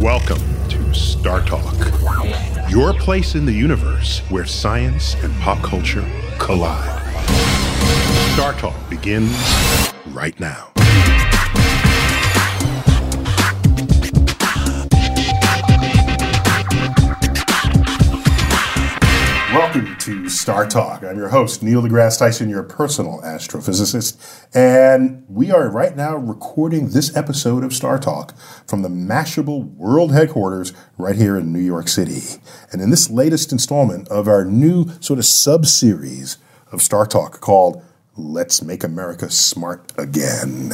Welcome to Star Talk, your place in the universe where science and pop culture collide. Star Talk begins right now. Welcome to Star Talk. I'm your host, Neil deGrasse Tyson, your personal astrophysicist, and we are right now recording this episode of Star Talk from the Mashable World Headquarters right here in New York City. And in this latest installment of our new sort of sub series of Star Talk called Let's Make America Smart Again,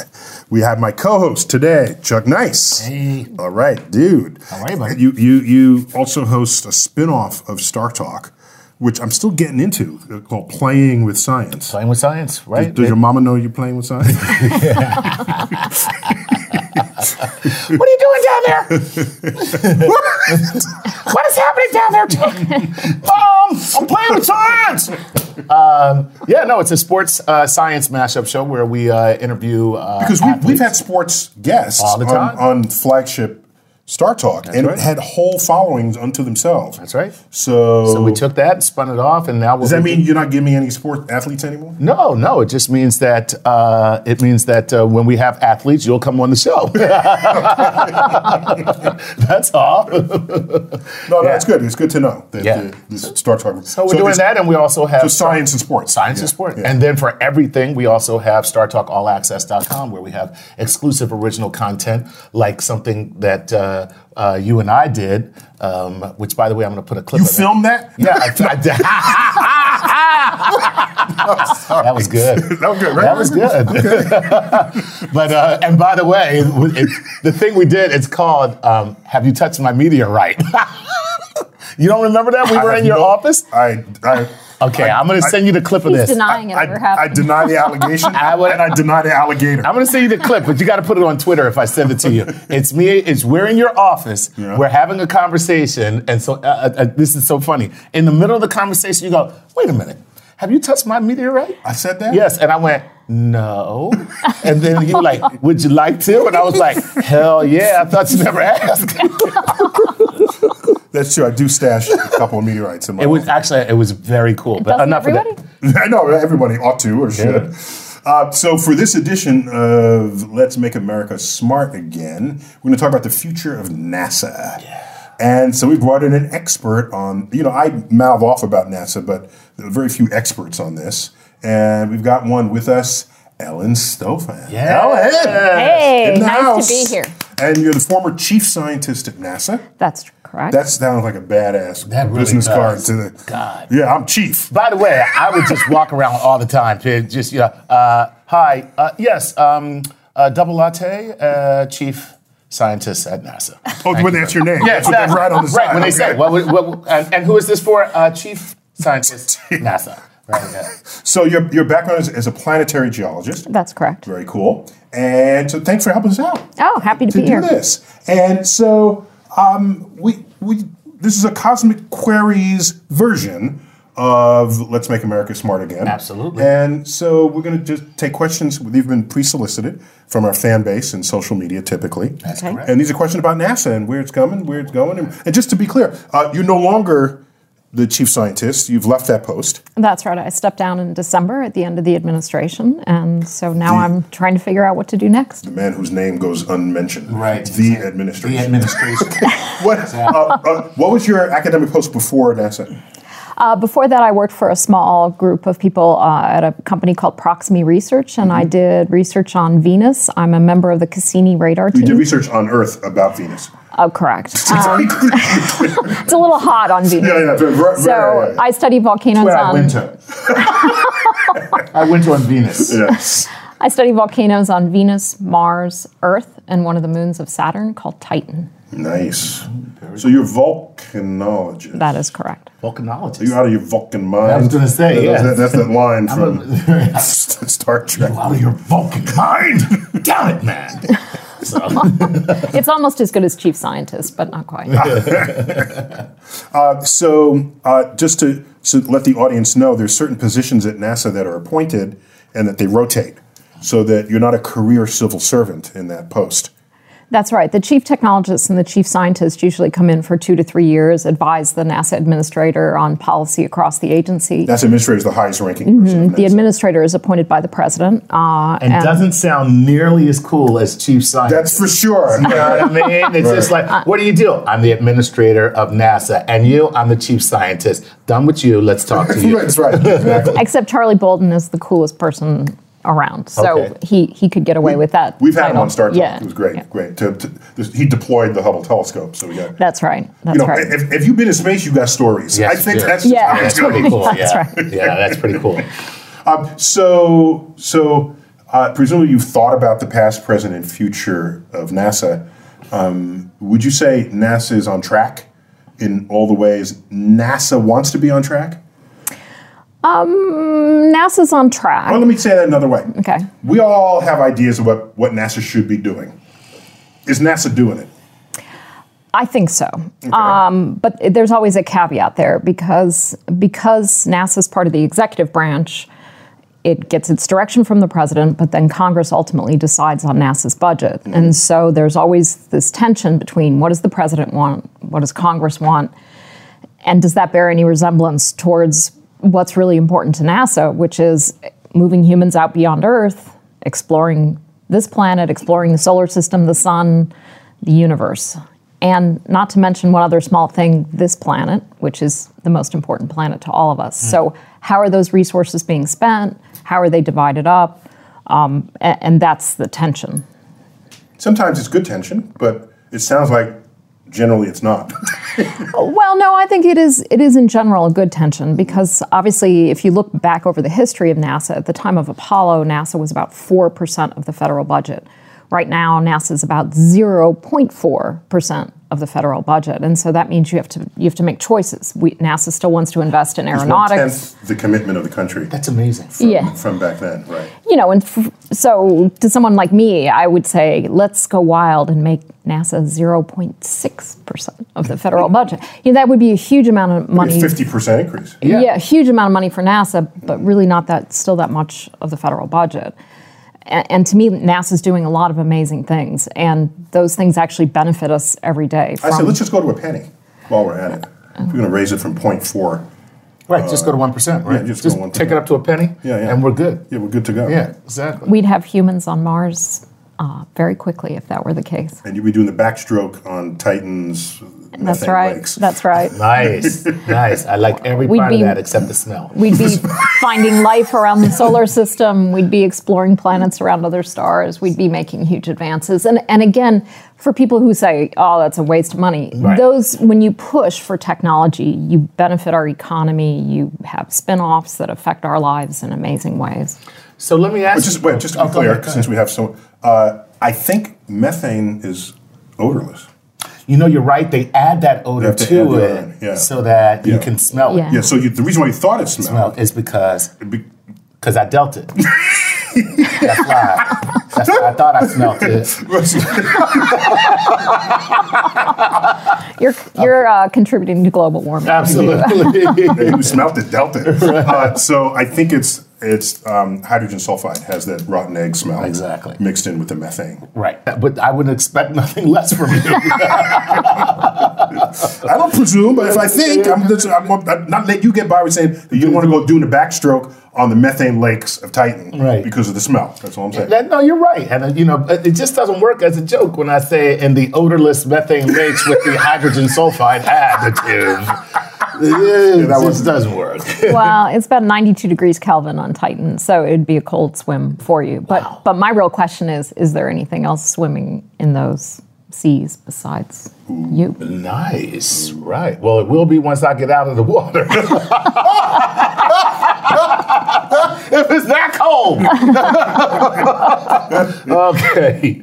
we have my co host today, Chuck Nice. Hey. All right, dude. How are you, buddy? You, you, you also host a spin off of Star Talk, which I'm still getting into, uh, called Playing with Science. Playing with science, right? Does your mama know you're playing with science? what are you doing down there? what is happening down there, Chuck? um, I'm playing with science. Um, yeah, no, it's a sports uh, science mashup show where we uh, interview uh, because we, we've athletes. had sports guests All the time. On, on flagship Star Talk and right. had whole followings unto themselves. That's right. So, So we took that and spun it off, and now does that mean you're not giving me any sport athletes anymore? No, no. It just means that uh, it means that uh, when we have athletes, you'll come on the show. That's all. No, no, it's good. It's good to know that Yeah. the, this Star Talk. So we're doing that, and we also have So science and sports. science Yeah, and sport. yeah. And then for everything, we also have StarTalkAllAccess.com, where we have exclusive original content, like something that uh, uh, you and I did. Um, which, by the way, I'm going to put a clip. you of that. filmed that? Yeah, I, I did. that was good. That was good, right? That was good. but uh, and by the way, it, it, the thing we did it's called um, "Have You Touched My Meteorite." you don't remember that? We I were have in your no- office. I, I, Okay, I, am going to send you the clip of He's this. denying it ever I, I happened. deny the allegation I would- and I deny the alligator. I'm gonna send you the clip, but you gotta put it on Twitter if I send it to you. It's me. It's we're in your office. Yeah. We're having a conversation, and so uh, uh, uh, this is so funny. In the middle of the conversation, you go, "Wait a minute, have you touched my meteorite?" I said that? Yes, and I went. No. And then you were like, would you like to? And I was like, hell yeah, I thought you never asked. That's true. I do stash a couple of meteorites in my It was actually, it was very cool. But Doesn't enough everybody? of that. I know everybody ought to or should. Uh, so, for this edition of Let's Make America Smart Again, we're going to talk about the future of NASA. And so we brought in an expert on, you know, I mouth off about NASA, but there are very few experts on this. And we've got one with us, Ellen Stofan. Ellen! Hey, In the nice house. to be here. And you're the former chief scientist at NASA. That's correct. That sounds like a badass That really business does. card to the God. Yeah, I'm chief. By the way, I would just walk around all the time, kid. Just you know, uh, hi, uh, yes, um, uh, double latte, uh, chief scientist at NASA. Oh, when that's your name. that's what they exactly. write on the right side. when they okay. say, what, what, what- and, and who is this for? Uh, chief scientist, NASA. Right. Yeah. So your, your background is as a planetary geologist. That's correct. Very cool. And so thanks for helping us out Oh, happy to, to be do here. this. And so um, we we this is a cosmic queries version of Let's Make America Smart Again. Absolutely. And so we're going to just take questions. They've been pre-solicited from our fan base and social media, typically. That's Okay. correct. And these are questions about NASA and where it's coming, where it's going, and, and just to be clear, uh, you're no longer the chief scientist. You've left that post. That's right. I stepped down in December at the end of the administration, and so now I'm trying to figure out what to do next. the man whose name goes unmentioned. Right. The administration. administration. what, uh, uh, what was your academic post before NASA? Uh, before that, I worked for a small group of people uh, at a company called Proxime Research, and Mm-hmm. I did research on Venus. I'm a member of the Cassini radar You did team. research on Earth about Venus. Oh, correct. Um, it's a little hot on Venus. Yeah, yeah, very- very- very- So I study volcanoes Where I on went to. I went to on Venus. yes. I study volcanoes on Venus, Mars, Earth, and one of the moons of Saturn called Titan. Nice. So you're volcanologist. That is correct. Volcanologist. you're out of your Vulcan mind. I was gonna say, That- yes. That's, that, that's that line from a- Star Trek. out of your Vulcan mind. Damn it, man. It's almost as good as chief scientist, but not quite. So, uh, just to, to let the audience know, there's certain positions at NASA that are appointed and that they rotate, so that you're not a career civil servant in that post. That's right. The chief technologists and the chief scientists usually come in for two to three years, advise the NASA administrator on policy across the agency. That's administrator is the highest ranking person. Mm-hmm. the administrator is appointed by the president. Uh, and, doesn't sound nearly as cool as chief scientist. That's for sure. you know what I mean? It's just like, what do you do? I'm the administrator of NASA, and you, I'm the chief scientist. Done with you. Let's talk to you. That's right. Exactly. except Charlie Bolden is the coolest person around, so Okay. he he could get away with that. We've had him title. on Star Talk. Yeah, It was great. yeah. Great. To, to, this- he deployed the Hubble telescope, so we got. That's right. That's you know, right. if, if you've been in space, you got stories. Yes, I think yes. that's just Yeah. how it's That's going. pretty cool. That's yeah. right. yeah, that's pretty cool. Um, so, so uh, presumably you've thought about the past, present, and future of NASA. Um, would you say NASA is on track in all the ways NASA wants to be on track? NASA's on track. Well, let me say that another way. Okay. We all have ideas of what, what NASA should be doing. Is NASA doing it? I think so. Um, but there's always a caveat there because because NASA's part of the executive branch, it gets its direction from the president, but then Congress ultimately decides on NASA's budget. And so there's always this tension between what does the president want, what does Congress want, and does that bear any resemblance towards what's really important to NASA, which is moving humans out beyond Earth, exploring this planet, exploring the solar system, the sun, the universe. And not to mention one other small thing this planet, which is the most important planet to all of us. So, how are those resources being spent? How are they divided up? Um, a- and, that's the tension. Sometimes it's good tension, but it sounds like generally it's not. Well, no, I think it is. It is in general a good tension because obviously, if you look back over the history of NASA, at the time of Apollo, NASA was about four percent of the federal budget. Right now, NASA is about zero point four percent of the federal budget, and so that means you have to you have to make choices. We, NASA still wants to invest in It's aeronautics. one-tenth the commitment of the country That's amazing. Yeah, from back then, right? you know, and f- so to someone like me, I would say, let's go wild and make NASA 0.6% of the federal budget. You know, that would be a huge amount of money. Fifty percent increase. Yeah. a huge amount of money for NASA, but really not that still that much of the federal budget. And, and to me, NASA's doing a lot of amazing things, and those things actually benefit us every day. I said, from- Oh. let's just go to a penny while we're at it. We're going to raise it from 0.4. Right, just go to 1%, right? yeah, just go to 1%. take it up to a penny, Yeah, yeah. and we're good. Yeah, we're good to go. Yeah, exactly. we'd have humans on Mars uh, very quickly if that were the case. And you'll be doing the backstroke on Titan's uh, methane That's right. lakes. That's right. Nice, nice. I like every We'd part be- of that except the smell. We'd be finding life around the solar system. We'd be exploring planets around other stars. We'd be making huge advances. And and again, for people who say, "Oh, that's a waste of money," Right. those when you push for technology, you benefit our economy. You have spin-offs that affect our lives in amazing ways. So let me ask But just, wait, just to Oh, be go ahead, clear, go since ahead. we have so, uh, I think methane is odorless. You know, you're right. They add that odor have to, to add the it odor, yeah. so that you Yeah. can smell Yeah. it. Yeah, so you, the reason why you thought it Smell smelled. is because be- because I dealt it. That's why. That's why I thought I smelled it. You're you're uh, contributing to global warming. Absolutely. you smelled it, dealt it. Uh, so I think it's it's um, hydrogen sulfide has that rotten egg smell Exactly. mixed in with the methane. right. But I wouldn't expect nothing less from you. I don't presume, but if I think, I'm, that's- I'm, I'm not let you get by with saying that you don't want to go doing a backstroke on the methane lakes of Titan Right. because of the smell. That's all I'm saying. That- no, you're right. And, uh, you know, it it just doesn't work as a joke when I say in the odorless methane lakes with the hydrogen sulfide additive. It just doesn't work. well, it's about 92 degrees Kelvin on Titan, so it'd be a cold swim for you. But but my real question is: Is there anything else swimming in those seas besides you? nice. Right. Well, it will be once I get out of the water. if it's that cold. okay.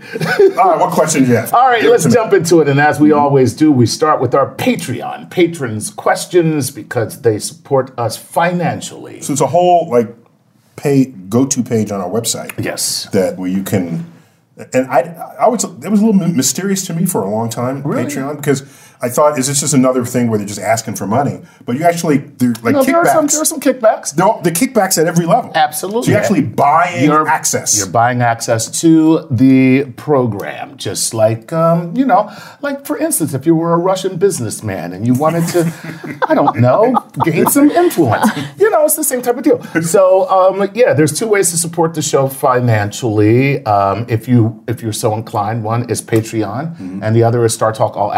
All right, what question do you have? All right, let's jump into it. And as we always do, we start with our Patreon patrons' questions because they support us financially. So it's a whole like pay go to page on our website Yes. that where you can. And I, I was it was a little mysterious to me for a long time Patreon because I thought, is this just another thing where they're just asking for money? But you actually, they're like No, kickbacks. there are some there are some kickbacks. No, the kickbacks at every level. Absolutely. So you're actually buying You're- access. You're buying access to the program, just like um, you know, like for instance, if you were a Russian businessman and you wanted to, I don't know, gain some influence. You know, it's the same type of deal. So um, yeah, there's two ways to support the show financially. Um, if you if you're so inclined, one is Patreon, and the other is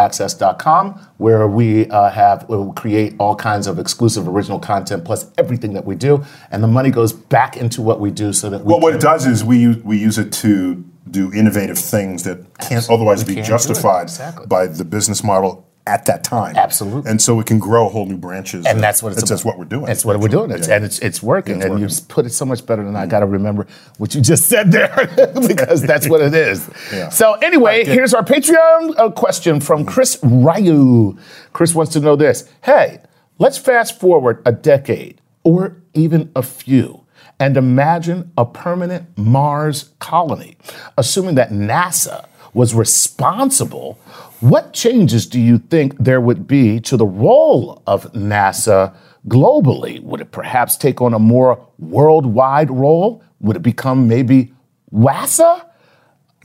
StarTalkAllAccess.com, where we uh, have we will create all kinds of exclusive original content plus everything that we do, and the money goes back into what we do so that we well, what can- it does is we use, we use it to do innovative things that can't otherwise be can't do it. justified Exactly. by the business model at that time. Absolutely. And so it can grow whole new branches. and that's what it's that's about. what we're doing. That's what we're doing. It's, Yeah. And it's it's working. It's and you working. just put it so much better than I got to remember what you just said there because that's what it is. Yeah. So anyway, here's our Patreon uh, question from Chris Ryu. Chris wants to know this. Hey, let's fast forward a decade or even a few. And imagine a permanent Mars colony. Assuming that NASA was responsible, what changes do you think there would be to the role of NASA globally? Would it perhaps take on a more worldwide role? Would it become maybe WASA?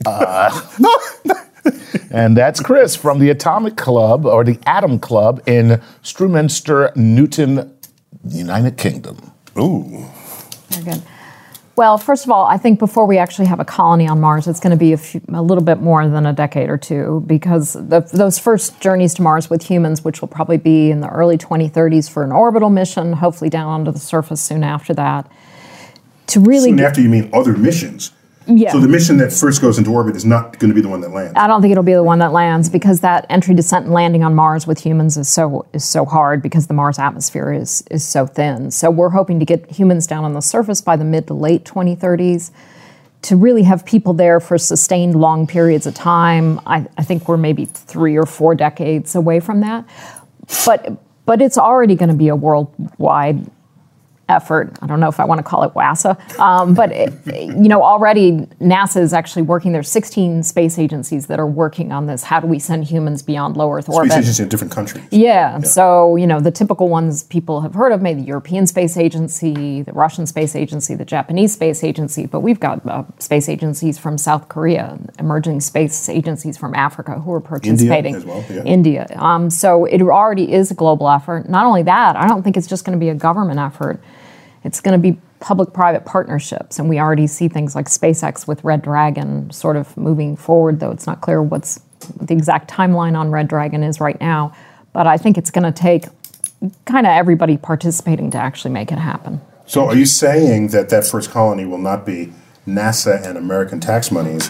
Uh, and that's Chris from the Atomic Club or the Atom Club in Struminster, Newton, United Kingdom. Ooh. Very good. Well, first of all, I think before we actually have a colony on Mars, it's going to be a, few, a little bit more than a decade or two because the, those first journeys to Mars with humans, which will probably be in the early 2030s for an orbital mission, hopefully down onto the surface soon after that. To really, Soon get- after you mean other missions. Yeah. So the mission that first goes into orbit is not going to be the one that lands. I don't think it'll be the one that lands because that entry, descent, and landing on Mars with humans is so is so hard because the Mars atmosphere is is so thin. So we're hoping to get humans down on the surface by the mid to late 2030s. to really have people there for sustained long periods of time, I, I think we're maybe three or four decades away from that. But but it's already going to be a worldwide effort. I don't know if I want to call it WASA, um, but it, you know already NASA is actually working. There's 16 space agencies that are working on this. How do we send humans beyond low Earth Space orbit? agency in different countries. Yeah. So, you know, the typical ones people have heard of, maybe the European Space Agency, the Russian Space Agency, the Japanese Space Agency, but we've got uh, space agencies from South Korea, emerging space agencies from Africa who are participating. as well, yeah. India. Um, so it already is a global effort. Not only that, I don't think it's just going to be a government effort. It's going to be public-private partnerships, and we already see things like SpaceX with Red Dragon sort of moving forward. Though it's not clear what's the exact timeline on Red Dragon is right now, but I think it's going to take kind of everybody participating to actually make it happen. So are you saying that that first colony will not be NASA and American tax monies?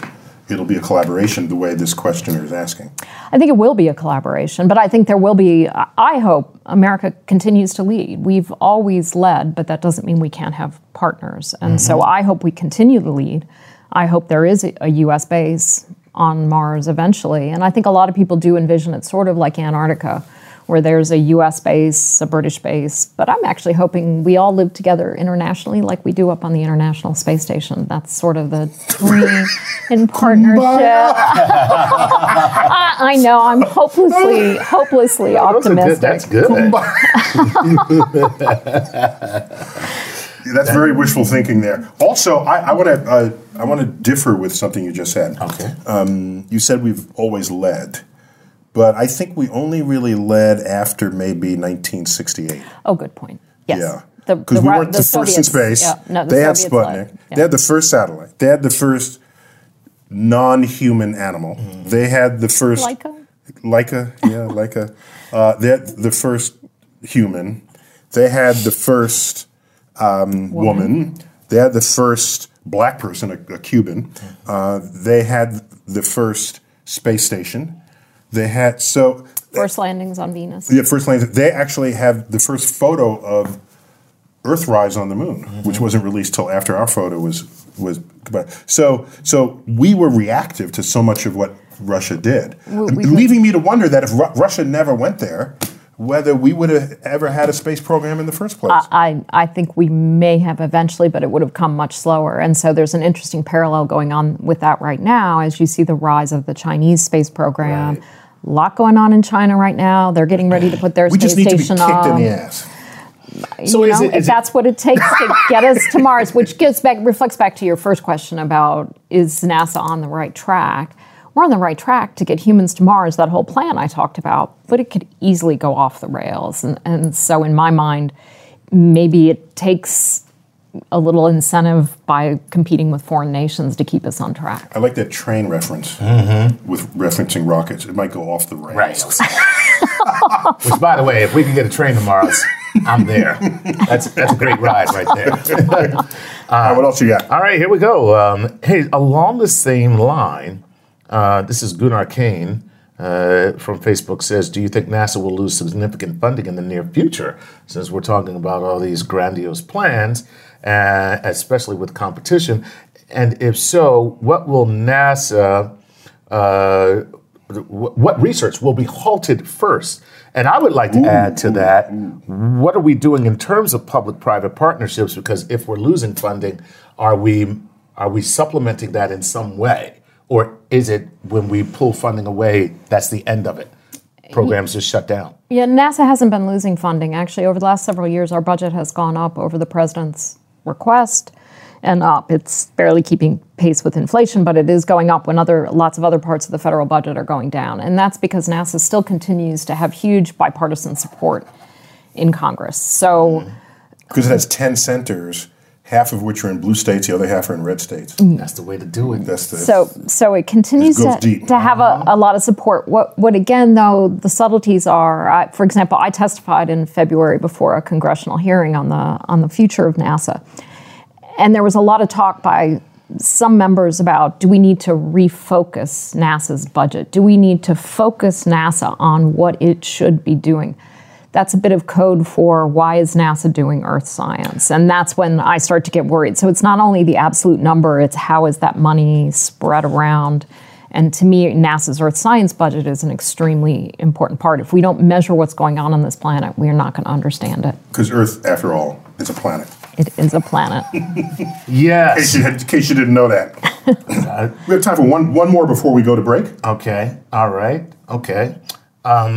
It'll be a collaboration the way this questioner is asking. I think it will be a collaboration, but I think there will be. I- I hope America continues to lead. We've always led, but that doesn't mean we can't have partners. And so I hope we continue to lead. I hope there is a, a U.S. base on Mars eventually, and I think a lot of people do envision it sort of like Antarctica, where there's a U.S. base, a British base. But I'm actually hoping we all live together internationally, like we do up on the International Space Station. That's sort of the dream in partnership. I, I know. I'm hopelessly, hopelessly optimistic. That's good. Yeah, That's very wishful thinking there. Also, I, I want to uh, I want to differ with something you just said. Okay. You said we've always led, but I think we only really led after maybe 1968. Oh, good point. Yes. Yeah. The- Because we Ru- weren't the, first in Soviets- space. yeah, no, the they had Soviets led, Sputnik. yeah. They had the first satellite. They had the first non-human animal. They had the first Mm-hmm. Laika? Leica, yeah, Leica. Uh, they had the first human. They had the first um, woman. They had the first black person, a, a Cuban. Mm-hmm. Uh, they had the first space station. They had so First landings on Venus. the first landing. They actually have the first photo of Earthrise on the moon, Mm-hmm. which wasn't released till after our photo was was. But so so we were reactive to so much of what Russia did, we- leaving me to wonder that if Ru- Russia never went there, whether we would have ever had a space program in the first place. I, I think we may have eventually, but it would have come much slower. And so there's an interesting parallel going on with that right now as you see the rise of the Chinese space program. A lot going on in China right now. They're getting ready to put their We space just need to be station kicked on. in the ass. So you is it- is know, if it- that's what it takes to get us to Mars, which gets back reflects back to your first question about is NASA on the right track? We're on the right track to get humans to Mars, that whole plan I talked about, but it could easily go off the rails. And, and so in my mind, maybe it takes a little incentive by competing with foreign nations to keep us on track. I like that train reference Mm-hmm. with referencing rockets. It might go off the rails. Rails. Which, by the way, if we can get a train to Mars, I'm there. That's that's a great ride right there. All right, what Uh, else you got? All right, here we go. Um, hey, along the same line, uh, this is Gunnar Kane uh, from Facebook says, "Do you think NASA will lose significant funding in the near future? Since we're talking about all these grandiose plans, uh, especially with competition, and if so, what will NASA?" Uh, wh- what research will be halted first? And I would like to add to that what are we doing in terms of public private partnerships? Because if we're losing funding, are we, are we supplementing that in some way? Or is it when we pull funding away, that's the end of it? Programs just shut down. Yeah, NASA hasn't been losing funding. Actually, over the last several years, our budget has gone up over the president's request and up. It's barely keeping pace with inflation, but it is going up when other lots of other parts of the federal budget are going down. And that's because NASA still continues to have huge bipartisan support in Congress. So Because it has 10 centers, half of which are in blue states, the other half are in red states. That's the way to do it. That's the. so so it continues This goes to, deep. to have a, a lot of support. What what again though the subtleties are. I, for example, I testified in February before a congressional hearing on the on the future of NASA, and there was a lot of talk by some members about do we need to refocus NASA's budget? Do we need to focus NASA on what it should be doing? That's a bit of code for why is NASA doing earth science? And that's when I start to get worried. So it's not only the absolute number, it's how is that money spread around? And to me, NASA's earth science budget is an extremely important part. If we don't measure what's going on on this planet, we're not going to understand it. Because Earth, after all, is a planet. It is a planet. In case Yes. you, in case you didn't know that. we have time for one, one more before we go to break. Okay. All right. Okay. Um,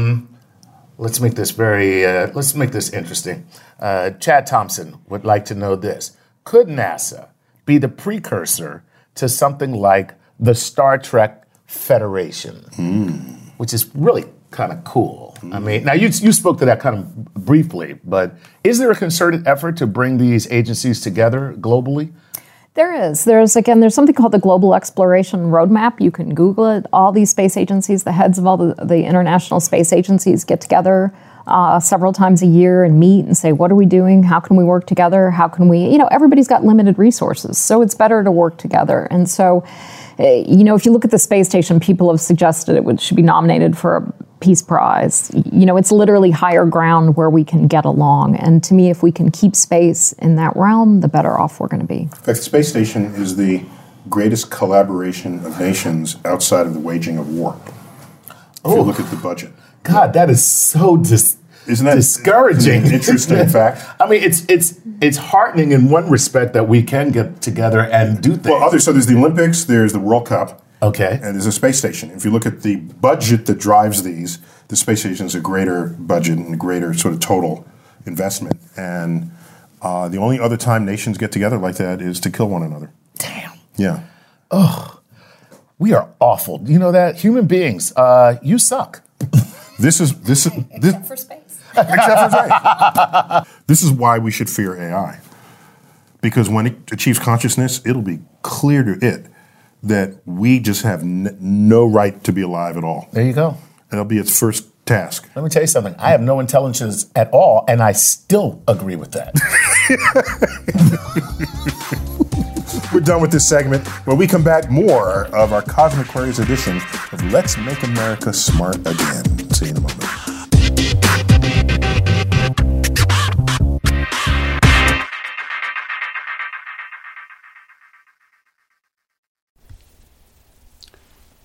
let's make this very. Uh, let's make this interesting. Uh, Chad Thompson would like to know this: Could NASA be the precursor to something like the Star Trek Federation, Hmm. which is really kind of cool? I mean, now you you spoke to that kind of briefly, but is there a concerted effort to bring these agencies together globally? There is. There's, again, there's something called the Global Exploration Roadmap. You can Google it. All these space agencies, the heads of all the, the international space agencies get together uh, several times a year and meet and say, what are we doing? How can we work together? How can we, you know, everybody's got limited resources. So it's better to work together. And so, eh, you know, if you look at the space station, people have suggested it would, should be nominated for a Peace Prize. Y- You know, it's literally higher ground where we can get along. And to me, if we can keep space in that realm, the better off we're going to be. In fact, the space station is the greatest collaboration of nations outside of the waging of war. If you look at the budget. God, that is so dis- Isn't that discouraging? an interesting fact? I mean, it's it's it's heartening in one respect that we can get together and do things. Well, others, so there's the Olympics, there's the World Cup, okay. and there's a space station. If you look at the budget that drives these, the space station is a greater budget and a greater sort of total investment. And uh, the only other time nations get together like that is to kill one another. Damn. Yeah. We are awful. You know that human beings, uh, you suck. This is this is this, for space. except for Drake. This is why we should fear AI. Because when it achieves consciousness, it'll be clear to it that we just have n- no right to be alive at all. There you go. That'll be its first task. Let me tell you something. I have no intelligence at all, and I still agree with that. We're done with this segment. When we come back, more of our Cosmic Queries edition of Let's Make America Smart Again. See you in a moment.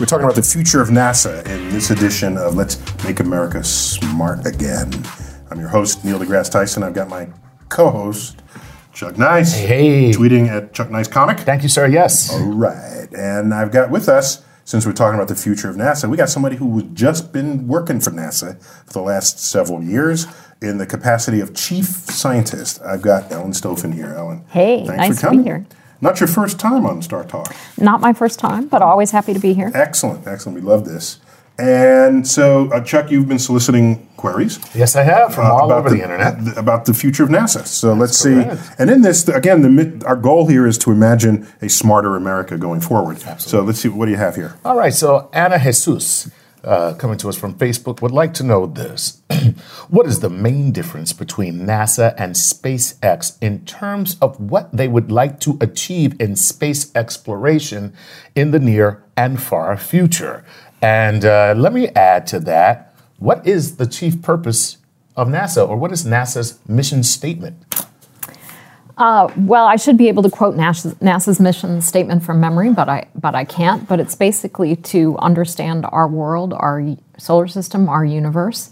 We're talking about the future of NASA in this edition of Let's Make America Smart Again. I'm your host, Neil deGrasse Tyson. I've got my co host, Chuck Nice. Hey. Tweeting at Chuck Nice Comic. Thank you, sir. Yes. All right. And I've got with us, since we're talking about the future of NASA, we got somebody who has just been working for NASA for the last several years in the capacity of chief scientist. I've got Ellen Stofan here. Ellen. Hey, thanks for nice to be coming. here. Not your first time on Star Talk. Not my first time, but always happy to be here. Excellent, excellent. We love this. And so, uh, Chuck, you've been soliciting queries Yes, I have from uh, all over the, internet. th- about the future of NASA. So let's see. correct. And in this, again, the mid, our goal here is to imagine a smarter America going forward. So let's see. What do you have here? All right, so Anna Jesus, uh, coming to us from Facebook, would like to know this. what is the main difference between NASA and SpaceX in terms of what they would like to achieve in space exploration in the near and far future? And uh, let me add to that what is the chief purpose of NASA, or what is NASA's mission statement? Well, I should be able to quote NASA's, NASA's mission statement from memory, but I but I can't. But it's basically to understand our world, our y- solar system, our universe,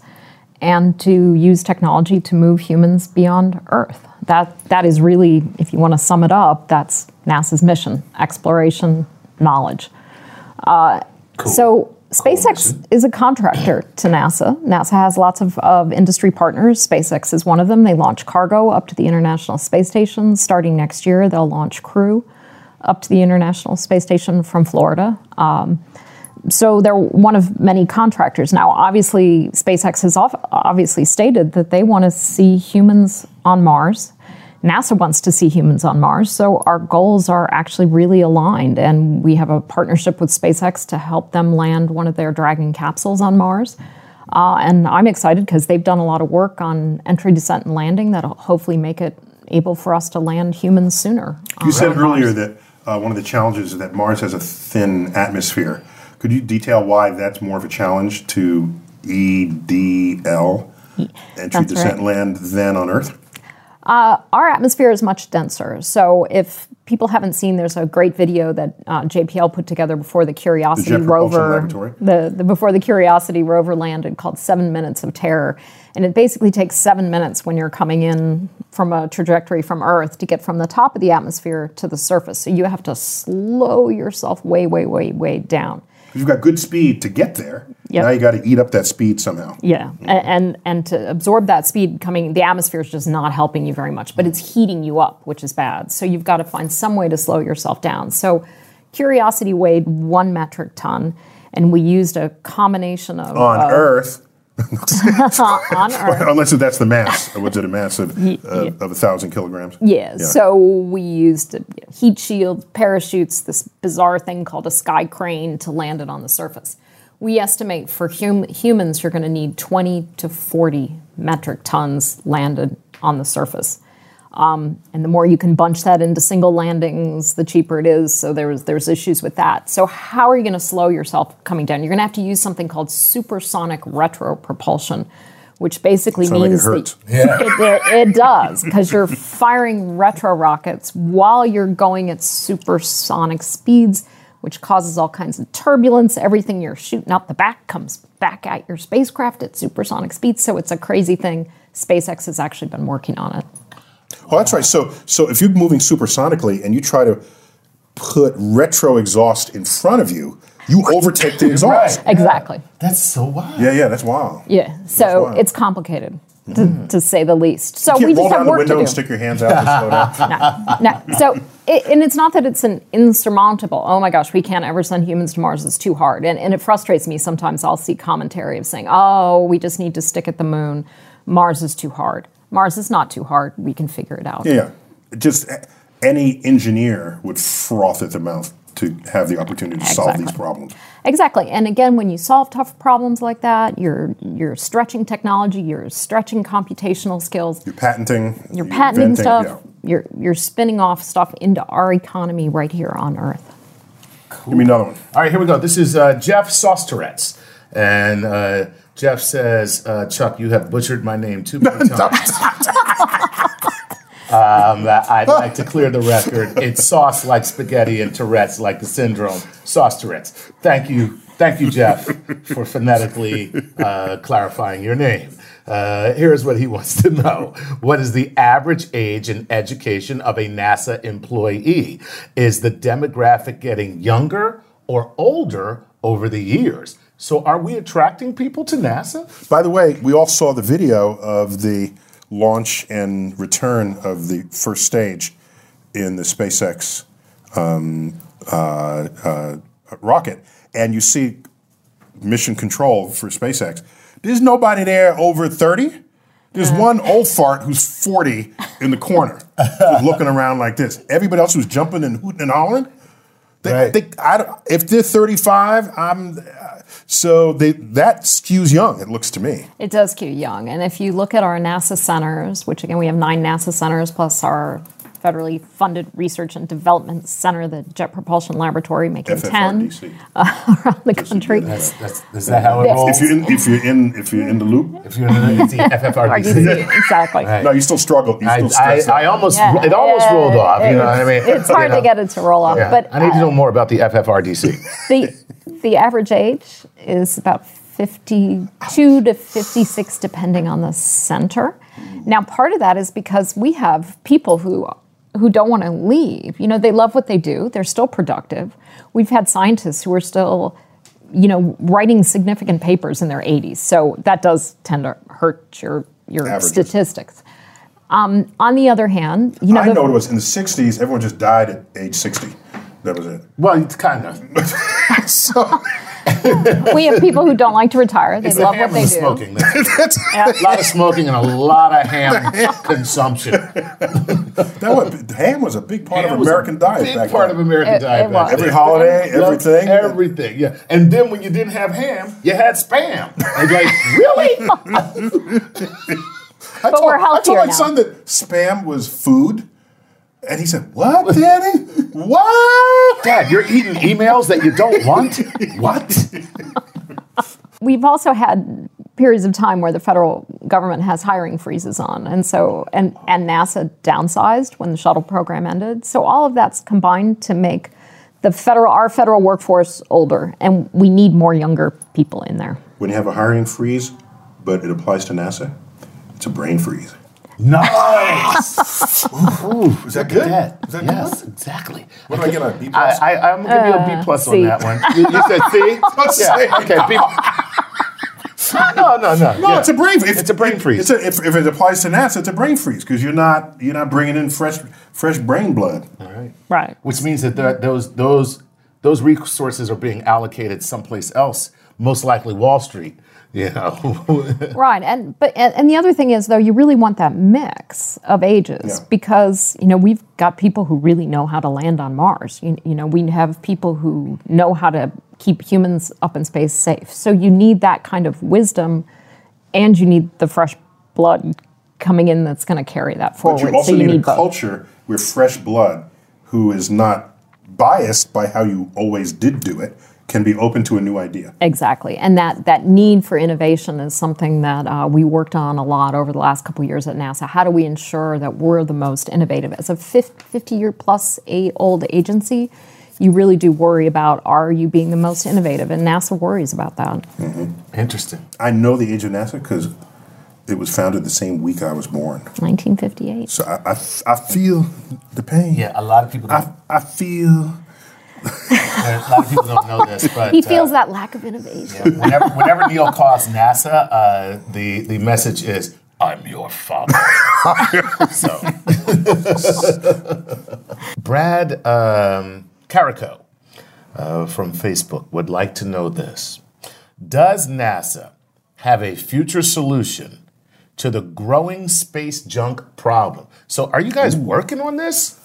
and to use technology to move humans beyond Earth. That that is really, if you want to sum it up, that's NASA's mission: exploration, knowledge. So SpaceX is a contractor to NASA. NASA has lots of, of industry partners. SpaceX is one of them. They launch cargo up to the International Space Station. Starting next year, they'll launch crew up to the International Space Station from Florida. Um, so they're one of many contractors. Now, obviously, SpaceX has off- obviously stated that they want to see humans on Mars. NASA wants to see humans on Mars, so our goals are actually really aligned. And we have a partnership with SpaceX to help them land one of their Dragon capsules on Mars. Uh, and I'm excited because they've done a lot of work on entry, descent, and landing that'll hopefully make it able for us to land humans sooner. You said earlier that uh, one of the challenges is that Mars has a thin atmosphere. Could you detail why that's more of a challenge to EDL, entry, right. descent, land, than on Earth? our atmosphere is much denser. So if people haven't seen, there's a great video that uh, JPL put together before the Curiosity Jet Propulsion rover, Laboratory? the, the before the Curiosity rover landed, called Seven Minutes of Terror, and it basically takes seven minutes when you're coming in from a trajectory from Earth to get from the top of the atmosphere to the surface. So you have to slow yourself way, way, way, way down. 'Cause you've got good speed to get there. Yep. Now you got to eat up that speed somehow. Yeah, A- and and to absorb that speed coming, the atmosphere is just not helping you very much, but it's heating you up, which is bad. So you've got to find some way to slow yourself down. So Curiosity weighed one metric ton, and we used a combination of On uh, Earth, on Earth. Unless that's the mass, a legitimate mass of, uh, of a thousand kilograms. Yeah, so we used you know, heat shields, parachutes, this bizarre thing called a sky crane to land it on the surface. We estimate for hum- humans, you're going to need 20 to 40 metric tons landed on the surface. Um, and the more you can bunch that into single landings, the cheaper it is. So there's there's issues with that. So how are you going to slow yourself coming down? You're going to have to use something called supersonic retropropulsion, which basically Sounds like it means hurts. that it, it, it does because you're firing retro rockets while you're going at supersonic speeds, which causes all kinds of turbulence. Everything you're shooting out the back comes back at your spacecraft at supersonic speeds. So it's a crazy thing. SpaceX has actually been working on it. Oh, that's right. So, so if you're moving supersonically and you try to put retro exhaust in front of you, you overtake the exhaust. Exactly. That's so wild. Yeah, yeah, that's wild. Yeah. So wild. Mm-hmm. it's complicated. To, to say the least. So You we can't roll just have down the work to window do. and stick your hands out to slow down. no. So, it, and it's not that it's an insurmountable, oh my gosh, we can't ever send humans to Mars, it's too hard. And, and it frustrates me sometimes. I'll see commentary of saying, oh, we just need to stick at the moon. Mars is too hard. Mars is not too hard. We can figure it out. Yeah, just a- any engineer would froth at the mouth to have the opportunity to solve Exactly. these problems. Exactly. And again, when you solve tough problems like that, you're, you're stretching technology, you're stretching computational skills. You're patenting. You're patenting inventing, stuff. yeah. You're, you're spinning off stuff into our economy right here on Earth. Give me another one. All right, here we go. This is uh, Jeff Sauce Tourette's. And uh, Jeff says, uh, Chuck, you have butchered my name too many times. um, I'd like to clear the record. It's sauce like spaghetti and Tourette's like the syndrome. Sauce Tourette's. Thank you. Thank you, Jeff, for phonetically uh, clarifying your name. Uh, here's what he wants to know What is the average age and education of a NASA employee? Is the demographic getting younger or older over the years? So, are we attracting people to NASA? By the way, we all saw the video of the launch and return of the first stage in the SpaceX um, uh, uh, rocket, and you see mission control for SpaceX. There's nobody there over 30. There's one old fart who's 40 in the corner, just looking around like this. Everybody else who's jumping and hooting and hollering. They, Right. they, I don't- if they're 35, I'm. So they, that skews young, it looks to me. It does cue young. And if you look at our NASA centers, which again, we have nine NASA centers plus our federally funded research and development center, the Jet Propulsion Laboratory, making 10 FFRDC. around the country. That's, that's, is that how it rolls? If you're in, if you're in, if you're in the loop, If you're in the FFRDC. RDC, exactly. no, you still struggle. You I, still I, stress out. I almost Yeah. it almost Yeah, rolled off. You know it's- what I mean? It's hard to get it to roll off, but um, I need to know more about the FFRDC. the the average age is about 52 to 56 depending on the center now part of that is because we have people who who don't want to leave you know they love what they do they're still productive we've had scientists who are still you know writing significant papers in their 80s so that does tend to hurt your your Averages. statistics um, on the other hand you know, I the- know what it was in the '60s. Everyone just died at age 60. That was it. well, it's kind of. So we have people who don't like to retire they It's the love what ham they and the do smoking. That's- that's, a lot of smoking and a lot of ham consumption. that was ham was a big part Ham of was a American diet. Big back part then. of American It- diet. it back was. then. every holiday, Loved everything. Everything, yeah. And then when you didn't have ham, you had spam. And like, really? I But told, we're I told healthier my now. son that spam was food, and he said, "What, Daddy? what?" Dad, you're eating emails that you don't want? What? we've also had periods of time where the federal government has hiring freezes on and so and and NASA downsized when the shuttle program ended so all of that's combined to make the federal our federal workforce older and we need more younger people in there When you have a hiring freeze, but it applies to NASA, it's a brain freeze. Nice. Is that good? Is that yes, good? exactly. What do I get on B I, plus? I, I'm gonna give you a B plus on Uh, C. that one. You, you said C. yeah. Okay. B. No, no, no. No, it's a brain. If, It's a brain It's freeze. a, if, if it applies to NASA, it's a brain freeze because you're not you're not bringing in fresh fresh brain blood. right Which means that there, those those Those resources are being allocated someplace else, most likely Wall Street. You know, Right, and but and, and the other thing is though, you really want that mix of ages Yeah. because you know we've got people who really know how to land on Mars. You, you know, we have people who know how to keep humans up in space safe. So you need that kind of wisdom, and you need the fresh blood coming in that's going to carry that forward. But you also so you need, need a both. culture where fresh blood, who is not biased by how you always did do it, can be open to a new idea. Exactly, and that that need for innovation is something that uh, we worked on a lot over the last couple of years at NASA. How do we ensure that we're the most innovative as a fifty-year plus a old agency? You really do worry about are you being the most innovative, and NASA worries about that. interesting. I know the age of NASA because it was founded the same week I was born. Nineteen fifty-eight. So I, I f- I feel the pain. Yeah, a lot of people. Don't, I, I feel. a lot of people don't know this, but He feels uh, that lack of innovation. whenever, whenever Neil calls NASA, uh, the the message is, "I'm your father." so, Brad um, Carico uh, from Facebook would like to know this: Does NASA have a future solution to the growing space junk problem? So, are you guys working on this?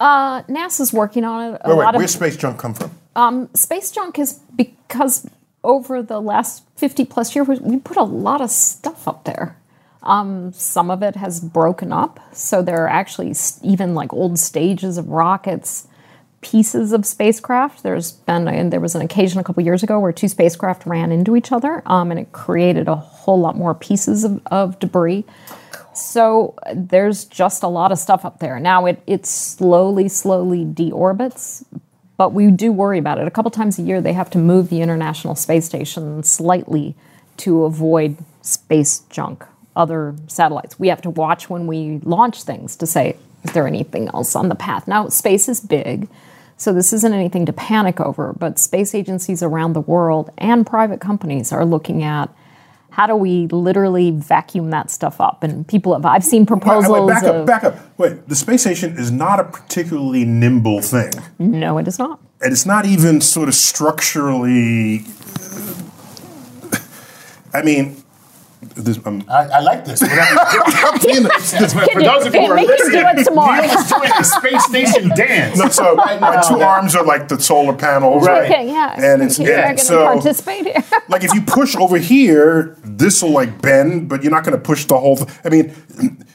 Uh, NASA's working on it. A Wait, wait, lot of where's space junk come from? space junk is because over the last 50 plus year we- we put a lot of stuff up there um, some of it has broken up so there are actually s- even like old stages of rockets pieces of spacecraft there's been and there was an occasion a couple years ago where two spacecraft ran into each other um, and it created a whole lot more pieces of, of debris so uh, there's just a lot of stuff up there now it, it slowly slowly deorbits but we do worry about it. A couple times a year, they have to move the International Space Station slightly to avoid space junk, other satellites. We have to watch when we launch things to say, is there anything else on the path? Now, space is big, so this isn't anything to panic over, but space agencies around the world and private companies are looking at. How do we literally vacuum that stuff up? And people have, I've seen proposals. Wait, back of- up, back up. Wait, the space station is not a particularly nimble thing. No, it is not. and it's not even sort of structurally. uh, I mean, this, um, I, I like this. Whatever. Can you- can make you do it tomorrow? Neil is doing the space station dance. no, so my, my two arms are like the solar panels, right? Okay, yeah. And it's You're yeah, gonna so participate here. like if you push over here, this will like bend, but you're not going to push the whole. Th- I mean,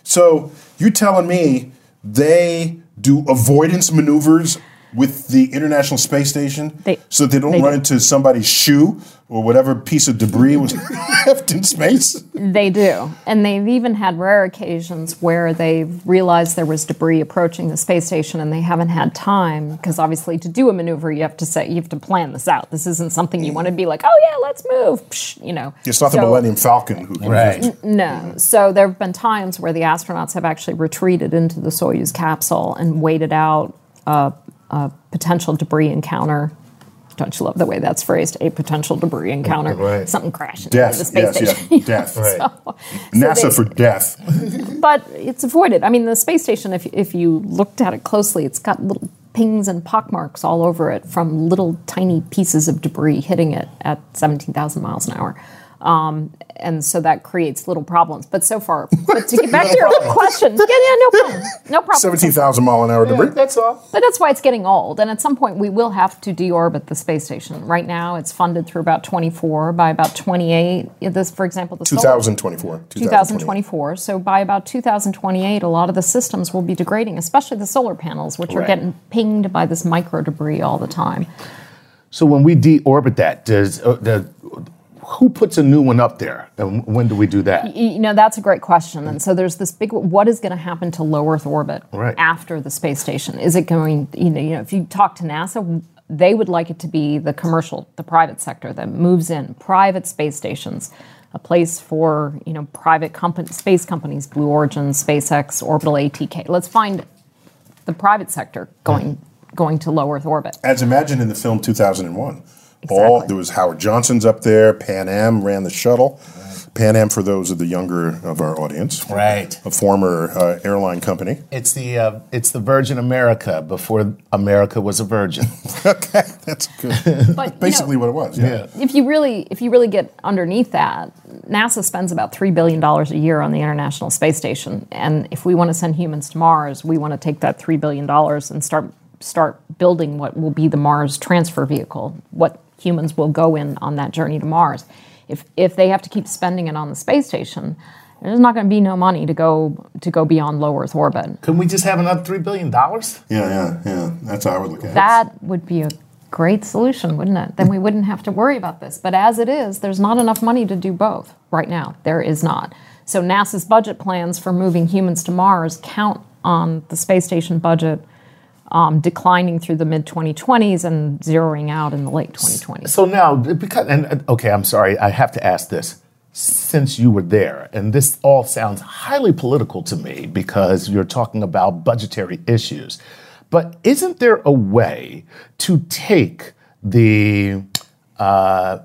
so you're telling me they do avoidance maneuvers with the International Space Station, They- so they don't they run do. into somebody's shoe or whatever piece of debris was left in space. they do. And they've even had rare occasions where they've realized there was debris approaching the space station and they haven't had time because obviously to do a maneuver you have to say you have to plan this out. This isn't something you want to be like, "Oh yeah, let's move." Psh, you know. It's not Mm-hmm. the Mm-hmm. So- Millennium Falcon who Right. No. So there have been times where the astronauts have actually retreated into the Soyuz capsule and waited out a, a potential debris encounter. Don't you love the way that's phrased? A potential debris encounter. Right. Something crashing into the Death, space yes, station. yes, death. NASA they- for death. but it's avoided. I mean, the space station, if, if you looked at it closely, it's got little pings and pockmarks all over it from little tiny pieces of debris hitting it at 17,000 miles an hour. Um, and so that creates little problems. But so far, but to get back to your old question, yeah, yeah, no problem. No problem. Seventeen thousand mile an hour debris. That's all. But that's why it's getting old. And at some point, we will have to deorbit the space station. Right now, it's funded through about 24. By about 28, this, for example, the Two solar- thousand twenty-four. 2024. So by about 2028, a lot of the systems will be degrading, especially the solar panels, which are Right. getting pinged by this micro debris all the time. So when we deorbit that, does uh, the, who puts a new one up there, and when do we do that? You know, that's a great question. And so there's this big what is going to happen to low Earth orbit Right. after the space station? Is it going, you know, you know, if you talk to NASA, they would like it to be the commercial, the private sector that moves in, private space stations, a place for, you know, private company, space companies, Blue Origin, SpaceX, Orbital ATK. Let's find the private sector going going to low Earth orbit. As imagined in the film two thousand and one. All Exactly. there was Howard Johnson's up there. Pan Am ran the shuttle. Pan Am, for those of the younger of our audience, Right. a former uh, airline company. It's the uh, it's the Virgin America before America was a virgin. okay, that's good. But, you Basically, know- what it was. Yeah. if you really if you really get underneath that, NASA spends about three billion dollars a year on the International Space Station, and if we want to send humans to Mars, we want to take that three billion dollars and start start building what will be the Mars transfer vehicle, what humans will go in on that journey to Mars. If if they have to keep spending it on the space station, there's not going to be no money to go to go beyond low Earth orbit. Couldn't we just have another three billion dollars? yeah, yeah, yeah. That's how I would look at it. That would be a great solution, wouldn't it? Then we wouldn't have to worry about this. But as it is, there's not enough money to do both right now. There is not. So NASA's budget plans for moving humans to Mars count on the space station budget um, declining through the mid 2020s and zeroing out in the late 2020s. So now, because and uh, okay, I'm sorry, I have to ask this. Since you were there, and this all sounds highly political to me because you're talking about budgetary issues, but isn't there a way to take the uh,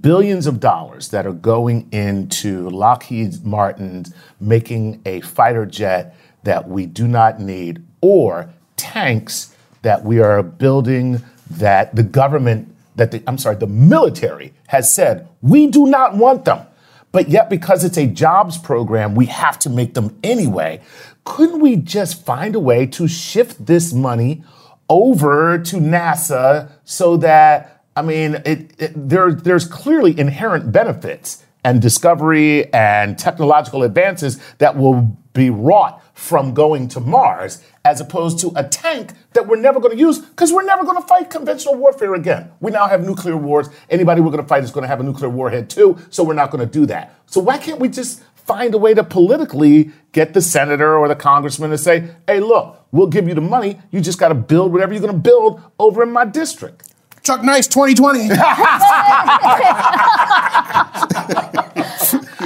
billions of dollars that are going into Lockheed Martin making a fighter jet that we do not need, or tanks that we are building that the government, that the, I'm sorry, the military has said, we do not want them. But yet, because it's a jobs program, we have to make them anyway. Couldn't we just find a way to shift this money over to NASA so that I mean it, it- there there's clearly inherent benefits and discovery and technological advances that will be wrought from going to Mars as opposed to a tank that we're never going to use because we're never going to fight conventional warfare again. We now have nuclear wars. Anybody we're going to fight is going to have a nuclear warhead too, so we're not going to do that. So why can't we just find a way to politically get the senator or the congressman to say, hey, look, we'll give you the money. You just got to build whatever you're going to build over in my district. Chuck Nice, 2020.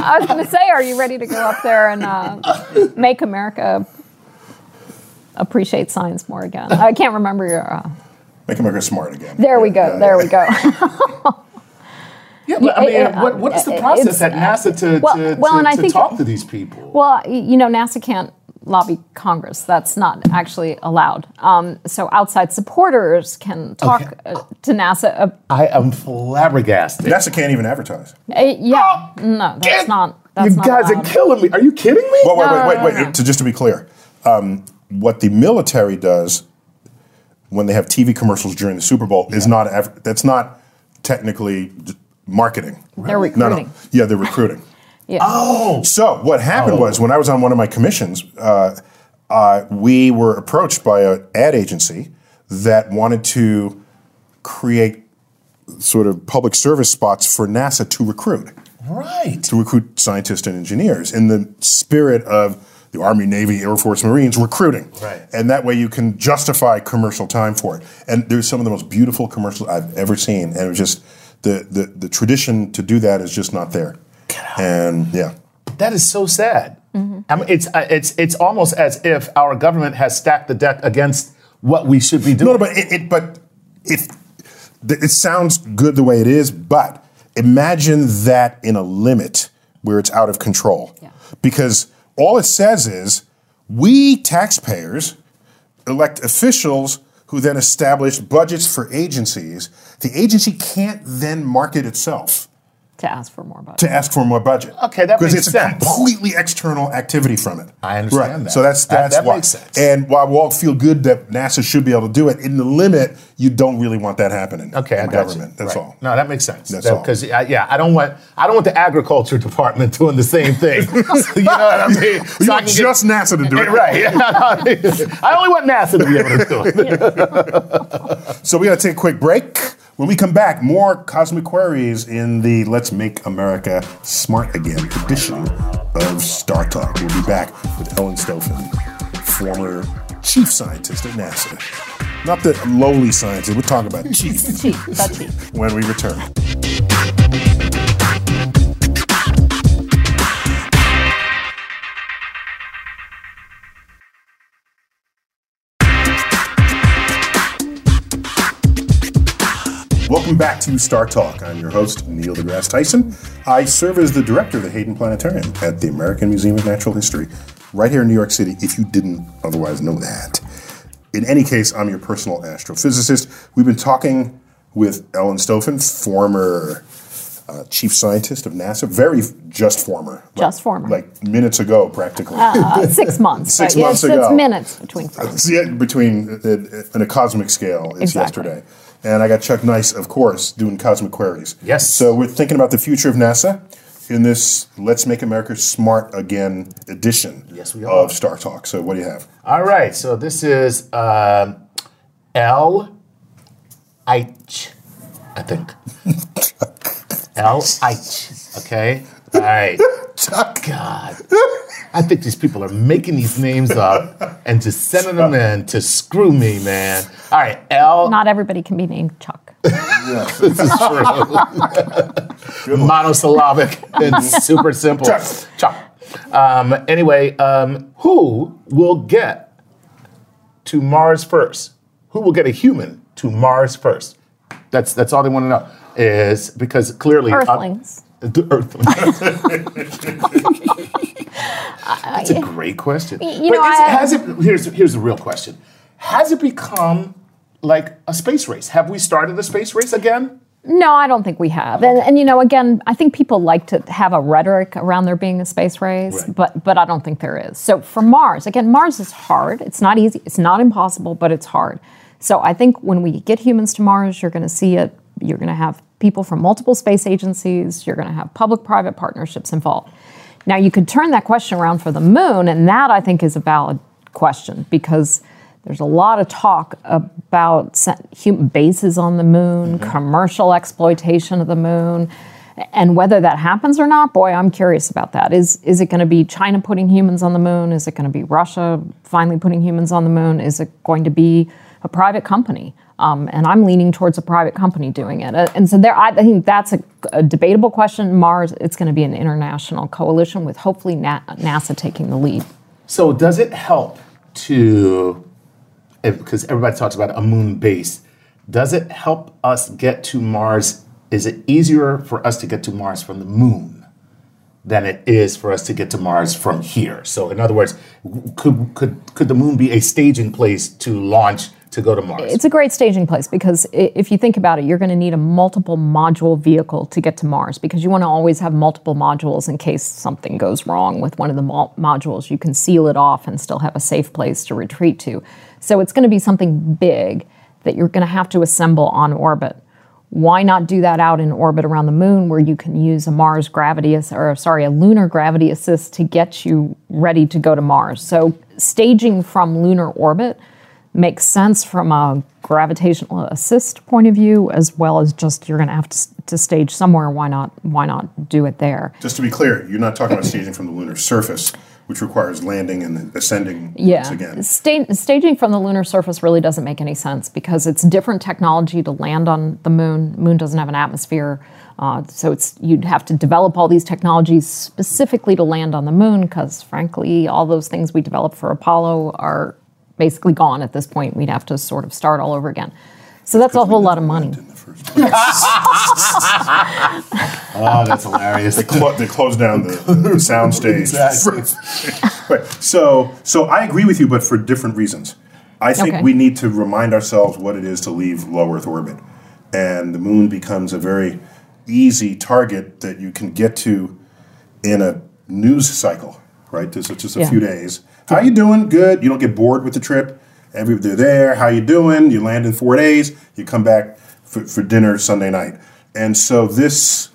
I was going to say, are you ready to go up there and uh, make America appreciate science more again? I can't remember your. Uh, Make America smart again. there we Yeah, go. yeah, There yeah. we go. Yeah, but I Yeah, mean, yeah, what, what is uh, the uh, process it's- at NASA to, well- to, well, to- and I to think- talk to these people? Well, y- you know, NASA can't lobby Congress. That's not actually allowed. Um, so outside supporters can talk Okay. uh, to NASA. Uh, I am flabbergasted. NASA can't even advertise. uh, yeah, Oh, no, that's not. That's you not guys are allowed. killing me. Are you kidding me? Well, wait, No, wait, no, wait, no, wait. no. To, just to be clear, um, what the military does when they have TV commercials during the Super Bowl is not adver- that's not technically d- marketing. No, no. They're recruiting. Yeah, they're recruiting. Yeah. So what happened was when I was on one of my commissions, uh, uh, we were approached by an ad agency that wanted to create sort of public service spots for NASA to recruit right. to recruit scientists and engineers in the spirit of the Army, Navy, Air Force, Marines recruiting. Right. And that way you can justify commercial time for it. And there's some of the most beautiful commercials I've ever seen. And it was just the, the, the tradition to do that is just not there. And yeah. That is so sad. Mm-hmm. I mean, it's uh, it's it's almost as if our government has stacked the deck against what we should be doing. No, no, but it, it but if th- it sounds good the way it is, but imagine that in a limit where it's out of control. Yeah. Because all it says is we taxpayers elect officials who then establish budgets for agencies. The agency can't then market itself to ask for more budget. to ask for more budget. Okay, that Because makes it's sense. a completely external activity from it. I understand right. that. So that's That- that's that why. makes sense. And while we all feel good that NASA should be able to do it, in the limit, you don't really want that happening. Okay, in I got government. You. That's Right. all. No, that makes sense. That's That- all. Because I- yeah, I don't want I don't want the agriculture department doing the same thing. you know what I mean? you I want can just NASA to do get- it, right. I only want NASA to be able to do it. So we got to take a quick break. When we come back, more cosmic queries in the "Let's Make America Smart Again" edition of Star Talk. We'll be back with Ellen Stofan, former chief scientist at NASA. Not the lowly scientist. We're talking about chief. cheap, but cheap. when we return. Welcome back to Star Talk. I'm your host, Neil deGrasse Tyson. I serve as the director of the Hayden Planetarium at the American Museum of Natural History, right here in New York City, if you didn't otherwise know that. In any case, I'm your personal astrophysicist. We've been talking with Ellen Stofan, former uh, chief scientist of NASA, very f- just former. Like- Just former. Like minutes ago, practically. Uh, six months. Six but yeah, months it's, it's ago. minutes between. It's yet between uh, in a cosmic scale. It's Exactly. yesterday, and I got Chuck Nice, of course, doing cosmic queries. Yes. So we're thinking about the future of NASA in this "Let's Make America Smart Again" edition. Yes, we are. of Star Talk. So what do you have? All right, so this is um, L. Eich, I think. L. Eich, okay? All right. God. I think these people are making these names up and just sending them in to screw me, man. All right, L. Not everybody can be named Chuck. This is true. Monosyllabic and super simple. Chuck. Chuck. Um, anyway, um, who will get to Mars first? Who will get a human to Mars first? That's that's all they want to know. Is because clearly uh, Earthlings. the Earthlings. That's a great question. you but know, is- I- has it? Here's here's the real question. Has it become like a space race? Have we started a space race again? No, I don't think we have. And, and you know, again, I think people like to have a rhetoric around there being a space race, Right. but but I don't think there is. So for Mars, again, Mars is hard. It's not easy. It's not impossible, but it's hard. So I think when we get humans to Mars, you're going to see it. You're going to have people from multiple space agencies. You're going to have public-private partnerships involved. Now you could turn that question around for the moon, and that I think is a valid question because there's a lot of talk about sen- human bases on the moon, commercial exploitation of the moon, and whether that happens or not. Boy, I'm curious about that. Is is it going to be China putting humans on the moon? Is it going to be Russia finally putting humans on the moon? Is it going to be a private company? Um, and I'm leaning towards a private company doing it. Uh, And so there, I I think that's a, a debatable question. Mars, it's going to be an international coalition with hopefully Na- NASA taking the lead. So does it help to, if, because everybody talks about a moon base, does it help us get to Mars? Is it easier for us to get to Mars from the moon than it is for us to get to Mars from here? So in other words, w- could could could the moon be a staging place to launch to go to Mars? It's a great staging place because i- if you think about it, you're going to need a multiple module vehicle to get to Mars because you want to always have multiple modules in case something goes wrong with one of the mo- modules. You can seal it off and still have a safe place to retreat to. So it's going to be something big that you're going to have to assemble on orbit. Why not do that out in orbit around the moon where you can use a Mars gravity ass- or sorry, a lunar gravity assist to get you ready to go to Mars. So staging from lunar orbit makes sense from a gravitational assist point of view as well as just you're going to have to, s- to stage somewhere why not why not do it there Just to be clear, you're not talking about staging from the lunar surface, which requires landing and ascending once again. Sta- staging from the lunar surface really doesn't make any sense because it's different technology to land on the moon. Moon doesn't have an atmosphere, uh, so it's you'd have to develop all these technologies specifically to land on the moon. Because frankly, all those things we developed for Apollo are basically gone at this point. We'd have to sort of start all over again. So that's a whole lot of money. In the first place. oh, that's hilarious. Clo- they closed down the, the sound stage. Right. So, so I agree with you, but for different reasons. I think Okay. we need to remind ourselves what it is to leave low Earth orbit, and the moon becomes a very easy target that you can get to in a news cycle. Right, just just a Yeah. few days. How you doing? Good. You don't get bored with the trip. Every they're there. How you doing? You land in four days. You come back for, for dinner Sunday night. And so this,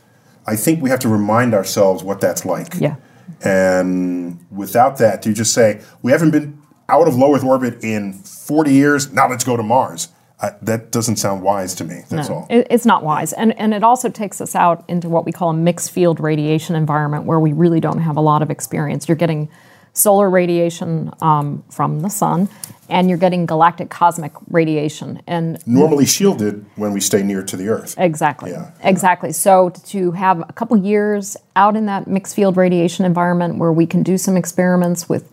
I think we have to remind ourselves what that's like. Yeah. And without that, you just say, we haven't been out of low Earth orbit in 40 years. Now let's go to Mars. I, that doesn't sound wise to me. That's all. It- it's not wise. And, and it also takes us out into what we call a mixed field radiation environment where we really don't have a lot of experience. You're getting solar radiation um, from the sun, and you're getting galactic cosmic radiation. And Normally shielded when we stay near to the Earth. Eh. Exactly. Yeah, Exactly. So to have a couple years out in that mixed field radiation environment where we can do some experiments with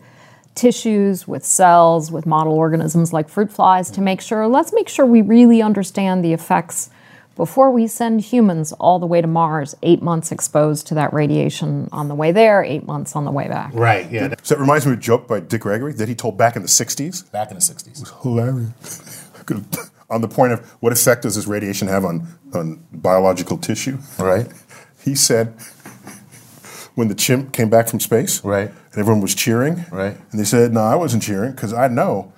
tissues, with cells, with model organisms like fruit flies to make sure let's make sure we really understand the effects Before we send humans all the way to Mars, eight months exposed to that radiation on the way there, eight months on the way back. Right, yeah. that- So it reminds me of a joke by Dick Gregory that he told back in the 60s. Back in the 60s. Hilarious. on the point of what effect does this radiation have on, on biological tissue, right? He said, when the chimp came back from space, Right. and everyone was cheering, Right. and they said, no, I wasn't cheering because I know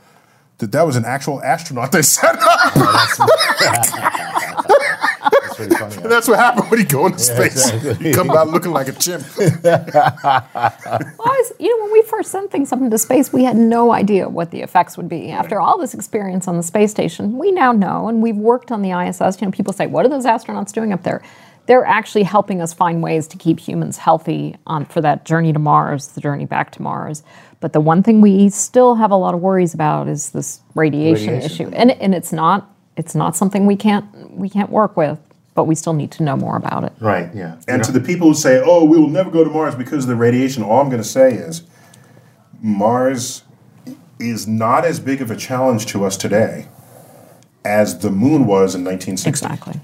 that that was an actual astronaut they set up. Oh, That's pretty funny. And that's what happened when you go into space. exactly. You come out looking like a chimp. Well, I was- you know, when we first sent things up into space, we had no idea what the effects would be. After all this experience on the space station, we now know, and we've worked on the ISS. You know, people say, "What are those astronauts doing up there?" They're actually helping us find ways to keep humans healthy on, for that journey to Mars, the journey back to Mars. But the one thing we still have a lot of worries about is this radiation, issue, and and it's not it's not something we can't we can't work with, but we still need to know more about it. right, yeah. And to the people who say, oh, we will never go to Mars because of the radiation, all I'm going to say is Mars is not as big of a challenge to us today as the moon was in 1960. Exactly.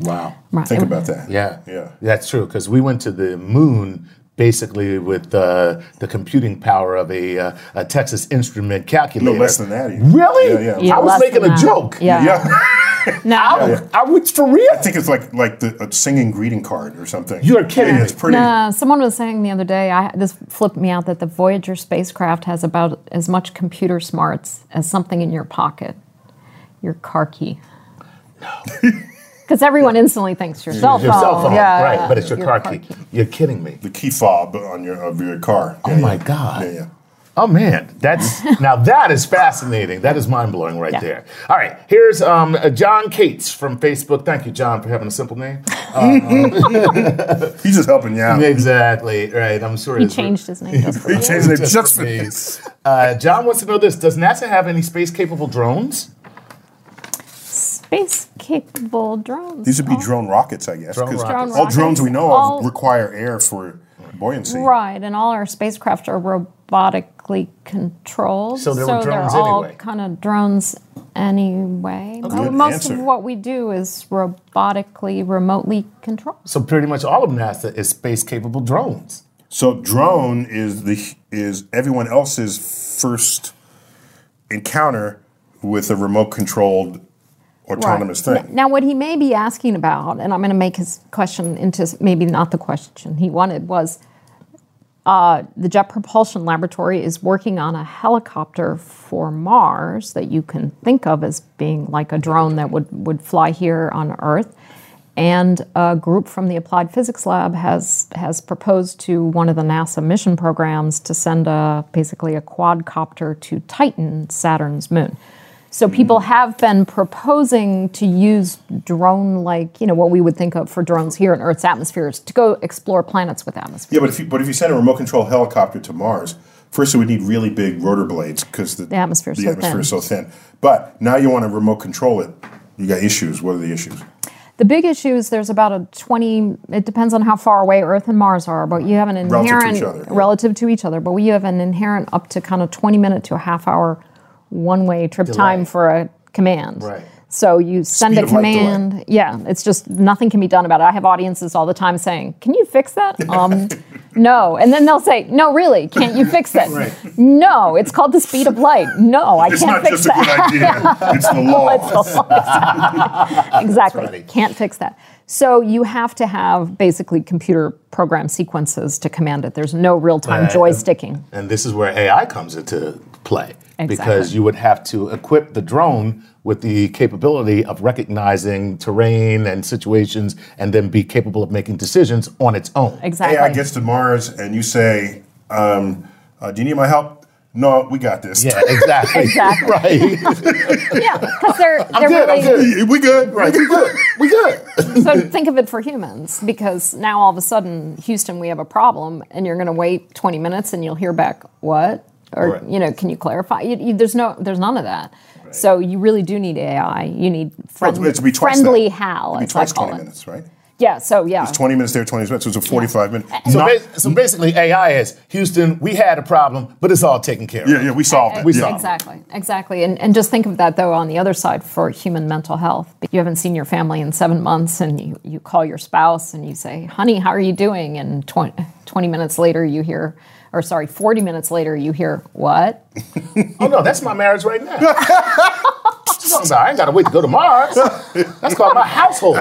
Wow. Right. Think about that. Yeah, Yeah. that's true. Because we went to the moon basically with uh, the computing power of a, uh, a Texas Instrument No calculator. less than that. even. Really? Yeah, yeah. Yeah, I was less making than a that. joke. Yeah. Yeah. No. I, I was for I real. think it's like like the, a singing greeting card or something. You are kidding Yeah, it's me. pretty. Uh, someone was saying the other day, I, this flipped me out, that the Voyager spacecraft has about as much computer smarts as something in your pocket, your car key. Because everyone instantly thinks your cell phone. Your cell phone, yeah, right? But it's your, car, key. You're kidding me. The key fob on your of your car. Oh Yeah, my yeah. God. Yeah, yeah. Oh man, that's now that is fascinating. That is mind blowing right Yeah. there. All right, here's um, uh, John Cates from Facebook. Thank you, John, for having a simple name. He's just helping you out. exactly right. I'm sure He it's- changed his name. Just for He you. changed it just for me. Uh, John wants to know this: Does NASA have any space capable drones? Space capable drones. These would be Oh, drone rockets, I guess. Drone 'cause rockets. Drone All drones we know rockets. of All- require air for buoyancy. Right, and all our spacecraft are robotically controlled. So they were drones are all anyway. kind of drones anyway. Mo- Good Most answer. of what we do is robotically, remotely controlled. So pretty much all of NASA is space capable drones. So drone is the is everyone else's first encounter with a remote controlled autonomous Right. thing. Now, what he may be asking about, and I'm going to make his question into s- maybe not the question he wanted, was uh, the Jet Propulsion Laboratory is working on a helicopter for Mars that you can think of as being like a drone that would, would fly here on Earth. And a group from the Applied Physics Lab has has proposed to one of the NASA mission programs to send a basically a quadcopter to Titan, Saturn's moon. So people have been proposing to use drone like, you know, what we would think of for drones here in Earth's atmosphere is to go explore planets with atmosphere. Yeah, but if you, but if you send a remote control helicopter to Mars, first it would need really big rotor blades because the, the atmosphere is so atmosphere thin. is so thin. But now you want to remote control it. You got issues. What are the issues? The big issue is there's about a 20, it depends on how far away Earth and Mars are, but you have an Relative to inherent, each other, yeah. relative to each other, but we have an inherent up to kind of 20 minute to a half hour one way trip time for a command. Right. So you send Speed a of light delay. command. Yeah, it's just nothing can be done about it. I have audiences all the time saying, "Can you fix that?" Um, no, and then they'll say, "No, really, can't you fix it?" No, it's called the speed of light. No, I It's not can't fix just a that. good idea. It's the It's law. the law. exactly. Can't fix that. So you have to have basically computer program sequences to command it. There's no real time Right. joysticking. And this is where AI comes into play. Because Exactly. you would have to equip the drone with the capability of recognizing terrain and situations and then be capable of making decisions on its own. Exactly. AI gets to Mars and you say, um, uh, "Do you need my help?" No, we got this. Yeah, exactly. Exactly. right. yeah, because they're they're I'm good, I'm really good. we good. Right. We good. We good. so think of it for humans because now all of a sudden houston we have a problem and you're going to wait 20 minutes and you'll hear back what or Right. you know can you clarify you, you, there's no there's none of that so you really do need ai you need friend, it'd be twice friendly that. hal It'd be as I twice call 20 it. minutes, right? Yeah, so yeah. It's 20 minutes there, 20 minutes. So it's a 45 minute. So, Not- ba- so basically, AI is Houston. We had a problem, but it's all taken care of. yeah, yeah, we solved it. We yeah. solved it. Exactly, exactly. And, and just think of that, though, on the other side for human mental health. You haven't seen your family in seven months, and you, you call your spouse and you say, honey, how are you doing? And 20, 20 minutes later, you hear, or sorry, 40 minutes later, you hear, what? Oh no, that's my marriage right now. What you talking about? I ain't gotta wait to go to Mars. That's called my household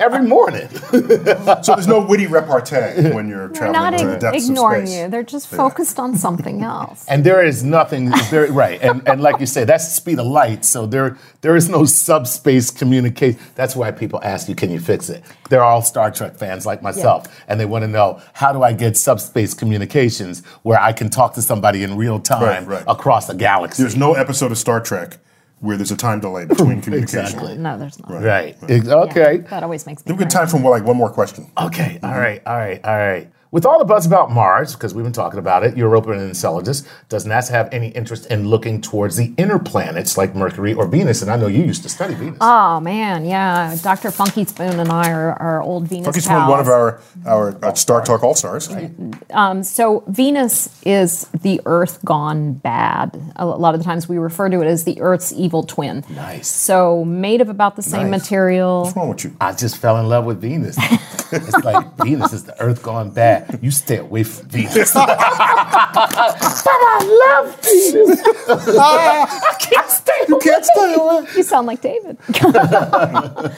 every morning. So there's no witty repartee when you're They're traveling not to the ig- depths ignoring of space. you, they're just focused on something else. And there is nothing there, right. And and like you say, that's the speed of light. So there there is no subspace communication. That's why people ask you, can you fix it? They're all Star Trek fans like myself. And they want to know how do I get subspace communications where I can talk to somebody in real time Right, right. across a galaxy. There's no episode of Star Trek where there's a time delay between communication. Exactly. No, there's not. Right. Ex- Okay. That always makes me We've got crazy. time for like one more question. Okay, all right, all right, all right. With all the buzz about Mars, because we've been talking about it, Europa and Enceladus, does NASA have any interest in looking towards the inner planets like Mercury or Venus? And I know you used to study Venus. Oh, man, yeah. Dr. Funky Spoon and I are, are old Venus Funky Spoon, pals. one of our, our uh, Star Talk All Stars. Um, So Venus is the Earth gone bad. A lot of the times we refer to it as the Earth's evil twin. Nice. So made of about the same Nice. material. What's wrong with you? I just fell in love with Venus. it's like Venus is the Earth gone bad. You stay away from Venus. but I love Venus. I can't stay away. Can't stay away. You sound like David.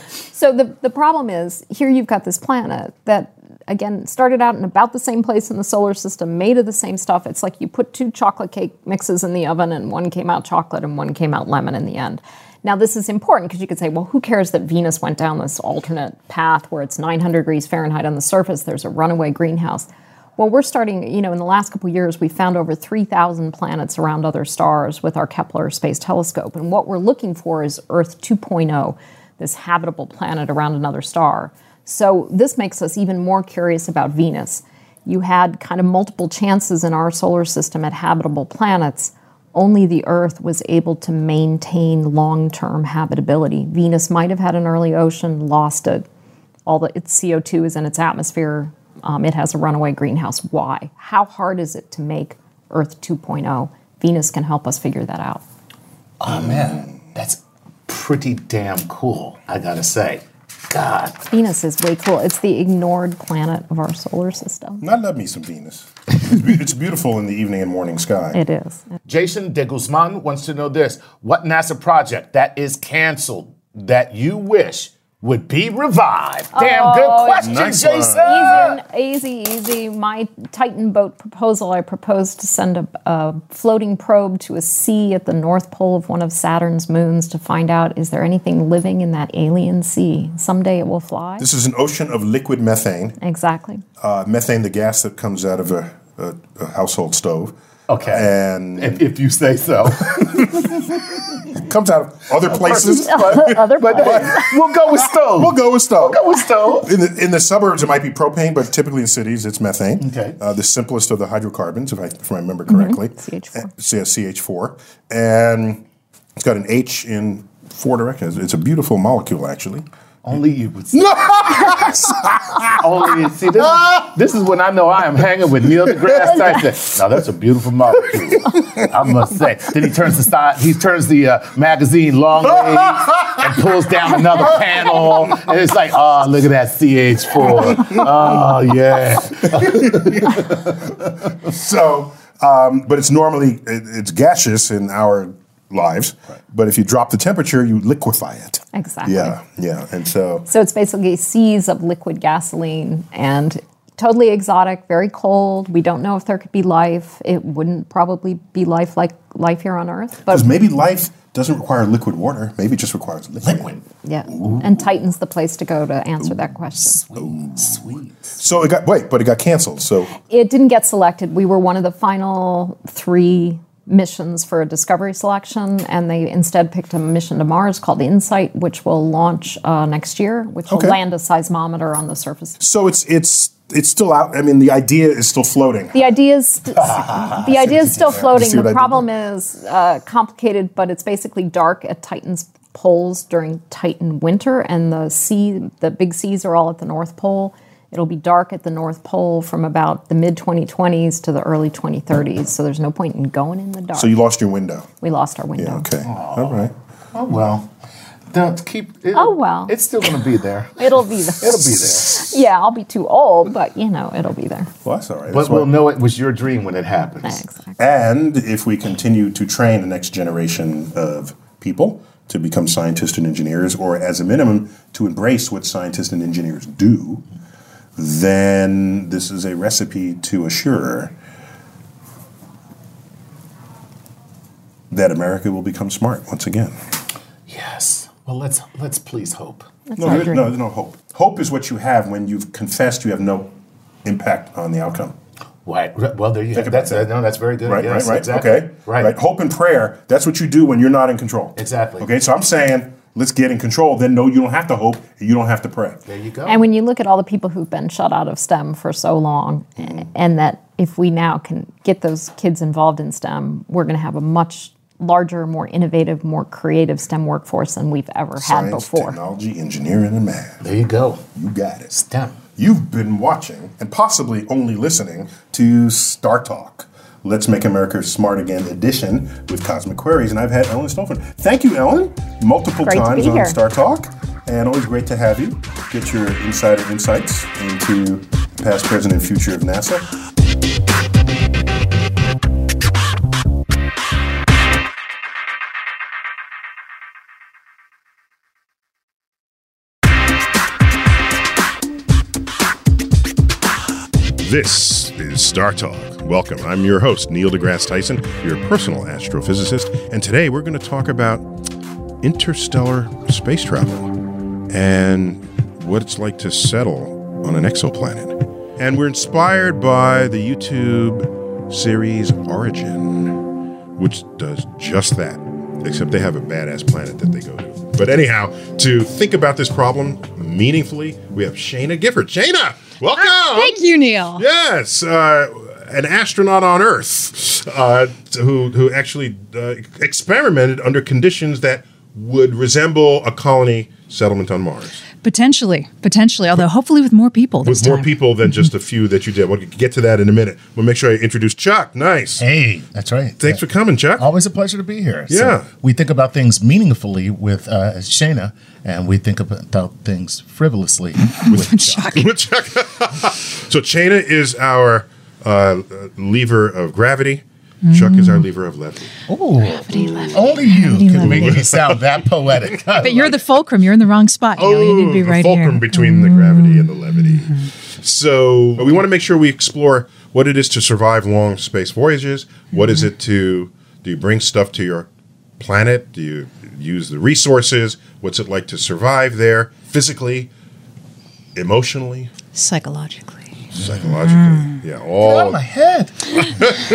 so the the problem is here you've got this planet that again started out in about the same place in the solar system, made of the same stuff. It's like you put two chocolate cake mixes in the oven and one came out chocolate and one came out lemon in the end. Now this is important because you could say, well, who cares that Venus went down this alternate path where it's 900 degrees Fahrenheit on the surface, there's a runaway greenhouse. Well, we're starting, you know, in the last couple of years, we found over 3,000 planets around other stars with our Kepler Space Telescope. And what we're looking for is Earth 2.0, this habitable planet around another star. So this makes us even more curious about Venus. You had kind of multiple chances in our solar system at habitable planets. Only the Earth was able to maintain long term habitability. Venus might have had an early ocean, lost it all the its CO2 is in its atmosphere. Um, it has a runaway greenhouse. Why? How hard is it to make Earth 2.0? Venus can help us figure that out. Oh, man, that's pretty damn cool, I gotta say. God. Venus is way cool. It's the ignored planet of our solar system. I love me some Venus. It's be- it's beautiful in the evening and morning sky. It is. Jason de Guzman wants to know this What NASA project that is canceled that you wish would be revived? Damn good question, Nice one. Jason. Easy, easy. My Titan boat proposal, I proposed to send a, a floating probe to a sea at the North Pole of one of Saturn's moons to find out is there anything living in that alien sea? Someday it will fly. This is an ocean of liquid methane. exactly. Uh, methane, the gas that comes out of a, a, a household stove. Okay. And If, if you say so. it comes out of other places. Other But hey, we'll go with stove. We'll go with stove. We'll go with stove. In the, in the suburbs, it might be propane, but typically in cities, it's methane. Okay. Uh, the simplest of the hydrocarbons, if I, if I remember correctly. CH4. Uh, so yeah, CH4. And it's got an H in four directions. It's a beautiful molecule, actually. Only you would say. Only you see this. This is when I know I am hanging with Neil deGrasse Tyson. Now that's a beautiful molecule. I must say. Then he turns the side. He turns the uh, magazine long ways and pulls down another panel, and it's like, oh, look at that CH4. Oh yeah. So, um, but it's normally, it, it's gaseous in our lives. But if you drop the temperature, you liquefy it. Exactly. Yeah, yeah. And so, So it's basically seas of liquid gasoline and totally exotic, very cold. We don't know if there could be life. It wouldn't probably be life like life here on Earth, but because maybe life doesn't require liquid water. Maybe it just requires liquid. yeah. And Titan's the place to go to answer that question. So it got, wait, but it got canceled. So It didn't get selected. We were one of the final three missions for a discovery selection, and they instead picked a mission to Mars called InSight, which will launch uh, next year, which Okay. will land a seismometer on the surface So it's it's it's still out. I mean, the idea is still floating. The idea is st- the idea is still You see floating. what I The did problem is uh, complicated, but it's basically dark at Titan's poles during Titan winter, and the sea, the big seas are all at the North Pole. It'll be dark at the North Pole from about the mid 2020s to the early 2030s, so there's no point in going in the dark. So you lost your window. we lost our window. Yeah, okay. All right. Oh well. Don't keep. It, Oh, well. It's still gonna be there. It'll be there. It'll be there. Yeah, I'll be too old, but you know, it'll be there. Well, that's all right. But That's we'll why- know it was your dream when it happens. Exactly. And if we continue to train the next generation of people to become scientists and engineers, or as a minimum, to embrace what scientists and engineers do, then this is a recipe to assure that America will become smart once again. Yes. Well, let's let's please hope. That's No, our there- dream. no, there's no hope. Hope is what you have when you've confessed you have no impact on the outcome. Right. Re- Well, there you. Think Have, about that's uh, that. no. That's very good. Right, Yes, right, right. Exactly. Okay. Right. Hope and prayer, that's what you do when you're not in control. Exactly. Okay, so I'm saying let's get in control. Then no, you don't have to hope, you don't have to pray. There you go. And when you look at all the people who've been shut out of STEM for so long, and that if we now can get those kids involved in STEM, we're going to have a much larger, more innovative, more creative STEM workforce than we've ever had Science, before. technology, engineering, and math. there you go. You got it. STEM. You've been watching and possibly only listening to Star Talk. Let's Make America Smart Again edition with Cosmic Queries. And I've had Ellen Stolfen. Thank you, Ellen, multiple Great to times be on here. Star Talk. And always great to have you. Get your insider insights into the past, present, and future of NASA. This is Star Talk. Welcome. I'm your host, Neil deGrasse Tyson, your personal astrophysicist, and today we're going to talk about interstellar space travel and what it's like to settle on an exoplanet. And we're inspired by the YouTube series Origin, which does just that, except they have a badass planet that they go to. But anyhow, to think about this problem meaningfully, we have Shayna Gifford. Shayna, welcome! Thank you, Neil. Yes, uh, an astronaut on Earth uh, who who actually uh, experimented under conditions that would resemble a colony settlement on Mars Potentially, potentially, although hopefully with more people this with more time. people than just a few that you did. We'll get to that in a minute. We'll make sure I introduce Chuck. Nice. Hey, that's right. Thanks for coming, Chuck. Always a pleasure to be here. Yeah. we think about things meaningfully with uh, Shayna, and we think about things frivolously with Chuck. Chuck. so Chaina is our uh, lever of gravity. Chuck is our lever of levity. Ooh. Only you can make me sound that poetic. But you're the fulcrum. You're in the wrong spot. Neil. you need to be Oh, the right fulcrum here. Mm-hmm. between the gravity and the levity. So but we want to make sure we explore what it is to survive long space voyages. What Mm-hmm. is it to do you bring stuff to your planet? Do you use the resources? What's it like to survive there physically, emotionally, Psychologically, psychologically? Mm-hmm. Yeah, Out of all my head.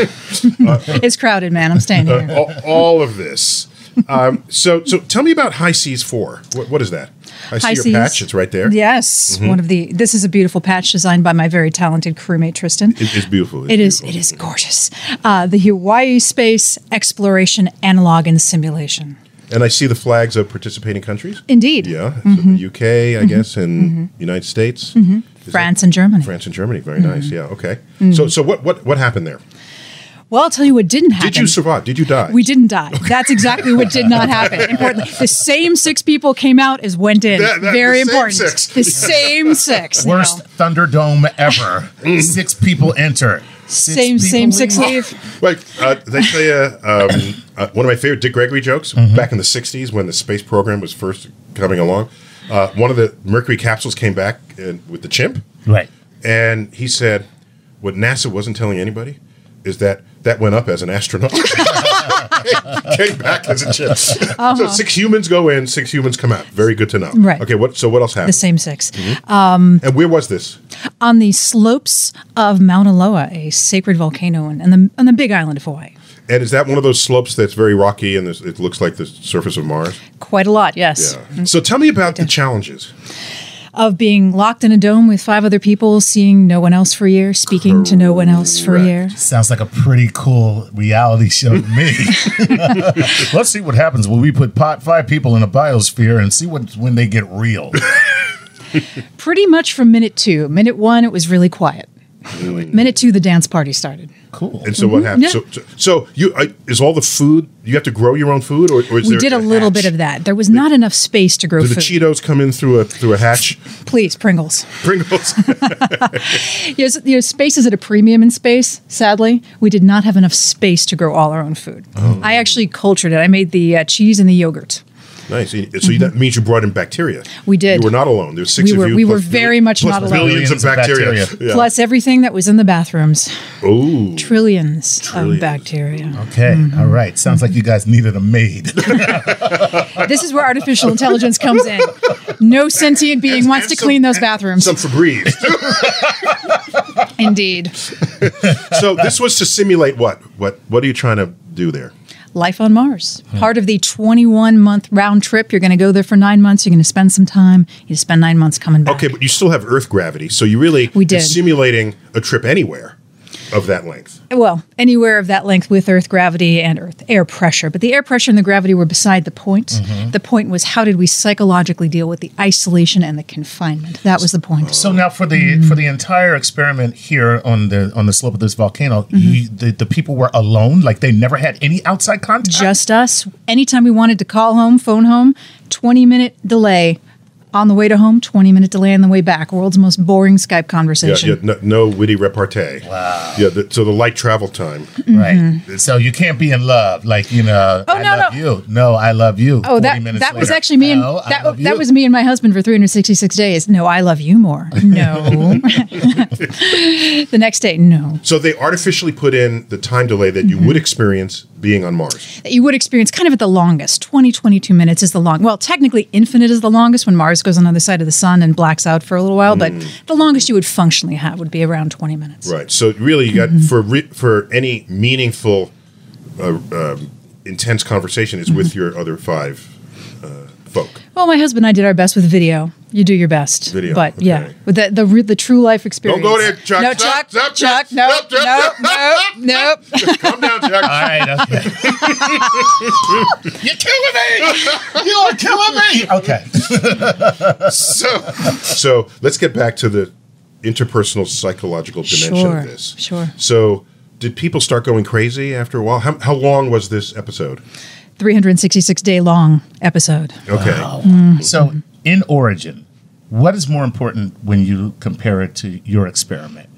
it's crowded, man. I'm staying here. all, all of this. Um, so so tell me about High Seas 4. What, what is that? I see High your seas. patch, it's right there. Mm-hmm. Yes, one of the. This is a beautiful patch designed by my very talented crewmate Tristan. It- it's beautiful. It is. It beautiful. is gorgeous. Uh, the Hawaii Space Exploration Analog and Simulation. And I see the flags of participating countries. Indeed. Mm-hmm. Yeah, so the UK, I guess, and United States, Is that- France and Germany. Mm-hmm. France and Germany. Very nice. Yeah. Okay. So, so what, what, what happened there? Well, I'll tell you what didn't happen. Did you survive? Did you die? We didn't die. That's exactly what did not happen. Importantly, the same six people came out as went in. That- that- Very the same important. six. The same six. now. Worst Thunderdome ever. six people enter. Six Same people same six leave. leave. Like uh, they say, uh, um, uh, one of my favorite Dick Gregory jokes back in the '60s when the space program was first coming along. Uh, one of the Mercury capsules came back and, with the chimp, Right. and he said, "What NASA wasn't telling anybody is that that went up as an astronaut." came back as a chip. So six humans go in, six humans come out. Very good to know. Uh-huh. Right. Okay. What? So what else The happened? same 6 Mm-hmm. And where was this? On the slopes of Mauna Loa, a sacred volcano on on the, on the big island of Hawaii. And is that one of those slopes that's very rocky and there's- it looks like the surface of Mars? Quite a lot, yes. Yeah. So tell me about the challenges. of being locked in a dome with five other people, seeing no one else for a year, speaking to no one else for a year. Sounds like a pretty cool reality show to me. Let's see what happens when we put pot five people in a biosphere and see what when they get real. Pretty much from minute two. Minute one, it was really quiet. Minute two, the dance party started. Cool. And so what happened? Mm-hmm. yeah. So, so, so you uh, is all the food? You have to grow your own food, or, or is We there did a little bit of that. There was not enough space to grow Do the food. Cheetos come in through a through a hatch? Please, Pringles. Pringles. Yes, you know, space is at a premium in space. Sadly, we did not have enough space to grow all our own food. Oh. I actually cultured it. I made the uh, cheese and the yogurt. nice. So you- so you, that means you brought in bacteria. We did. You were not alone. There were six We of were- you. we plus were very much plus not alone. Billions of Billions of bacteria. bacteria. Yeah. Plus everything that was in the bathrooms. Ooh. Trillions, Trillions. of bacteria. Okay. All right. Sounds like you guys needed a maid. this is where artificial intelligence comes in. No sentient being wants to and some- clean those bathrooms. Some Febreze. Indeed. so this was to simulate what? What? What are you trying to do there? Life on Mars. Part of the 21 month round trip. You're going to go there for nine months. You're going to spend some time. You spend nine months coming back. Okay, but you still have Earth gravity, so you really We you're did. simulating a trip anywhere of that length. well, anywhere of that length with Earth gravity and Earth air pressure. But the air pressure and the gravity were beside the point. Mm-hmm. The point was how did we psychologically deal with the isolation and the confinement? That was the point. so uh, now for the Mm-hmm. for the entire experiment here on the on the slope of this volcano, Mm-hmm. you, the, the people were alone, like they never had any outside contact. Just us. Anytime we wanted to call home, phone home, 20 minute delay on the way to home, 20 minute delay on the way back. World's most boring Skype Yeah, conversation. yeah no, no witty repartee. Wow. Yeah, the, so the light travel time. right. So you can't be in love, like you know. I Mm-hmm. Oh, no, love no. you. No, I love you. Oh, 40 that, minutes that was later. actually me and No, I that, love you. that was me and my husband for 366 days. No, I love you more. No. the next day, no. So they artificially put in the time delay that you Mm-hmm. would experience being on Mars. that you would experience kind of at the longest 20 22 minutes is the long well technically infinite is the longest when mars goes on the other side of the sun and blacks out for a little while but the longest you would functionally have would be around 20 minutes Mm. Right. So really, you got Mm-hmm. for re- for any meaningful, uh, um, intense conversation is Mm-hmm. with your other five uh, folk. well my husband and i did our best with video you do your best Video, but okay. yeah with the, the re- the true life experience Don't go there, Chuck. no Stop, chuck stop, chuck no stop, stop, no stop, no no Calm down, Jack. All right. Okay. You're killing me. You are killing me. Okay. so, so let's get back to the interpersonal psychological dimension Sure, of this. sure. So, did people start going crazy after a while? How, how long was this episode? 366 day long episode Okay. So, in origin, what is more important when you compare it to your experiment?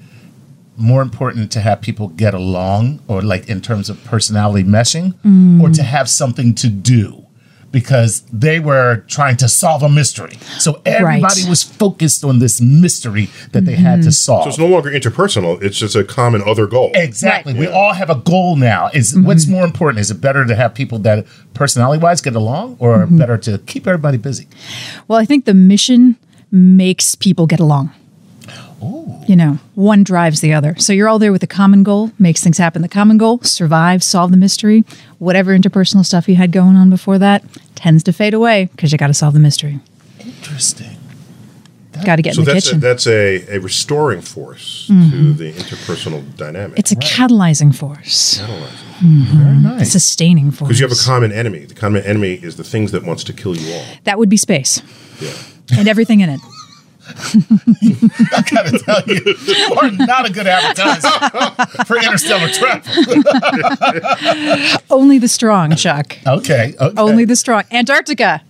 More important to have people get along, or like in terms of personality meshing, or to have something to do? Because they were trying to solve a mystery. So everybody was focused on this mystery that they had to solve. So it's no longer interpersonal. It's just a common other goal. Exactly. We all have a goal now. Is what's more important? Is it better to have people that personality wise get along or better to keep everybody busy? Well, I think the mission makes people get along. Oh. You know, one drives the other. So you're all there with a common goal, makes things happen. The common goal, survive, solve the mystery. Whatever interpersonal stuff you had going on before that tends to fade away because you got to solve the mystery. Interesting. Got to get So in the that's a, kitchen. Mm-hmm. that's a, a restoring force to the interpersonal dynamic. it's a catalyzing force, Very nice. sustaining force. because you have a common enemy. The common enemy is the things that wants to kill you all. that would be space Yeah. and everything in it. gotta tell you, you are not a good advertiser for interstellar travel. Only the strong, Chuck. Okay. okay. Only the strong. Antarctica.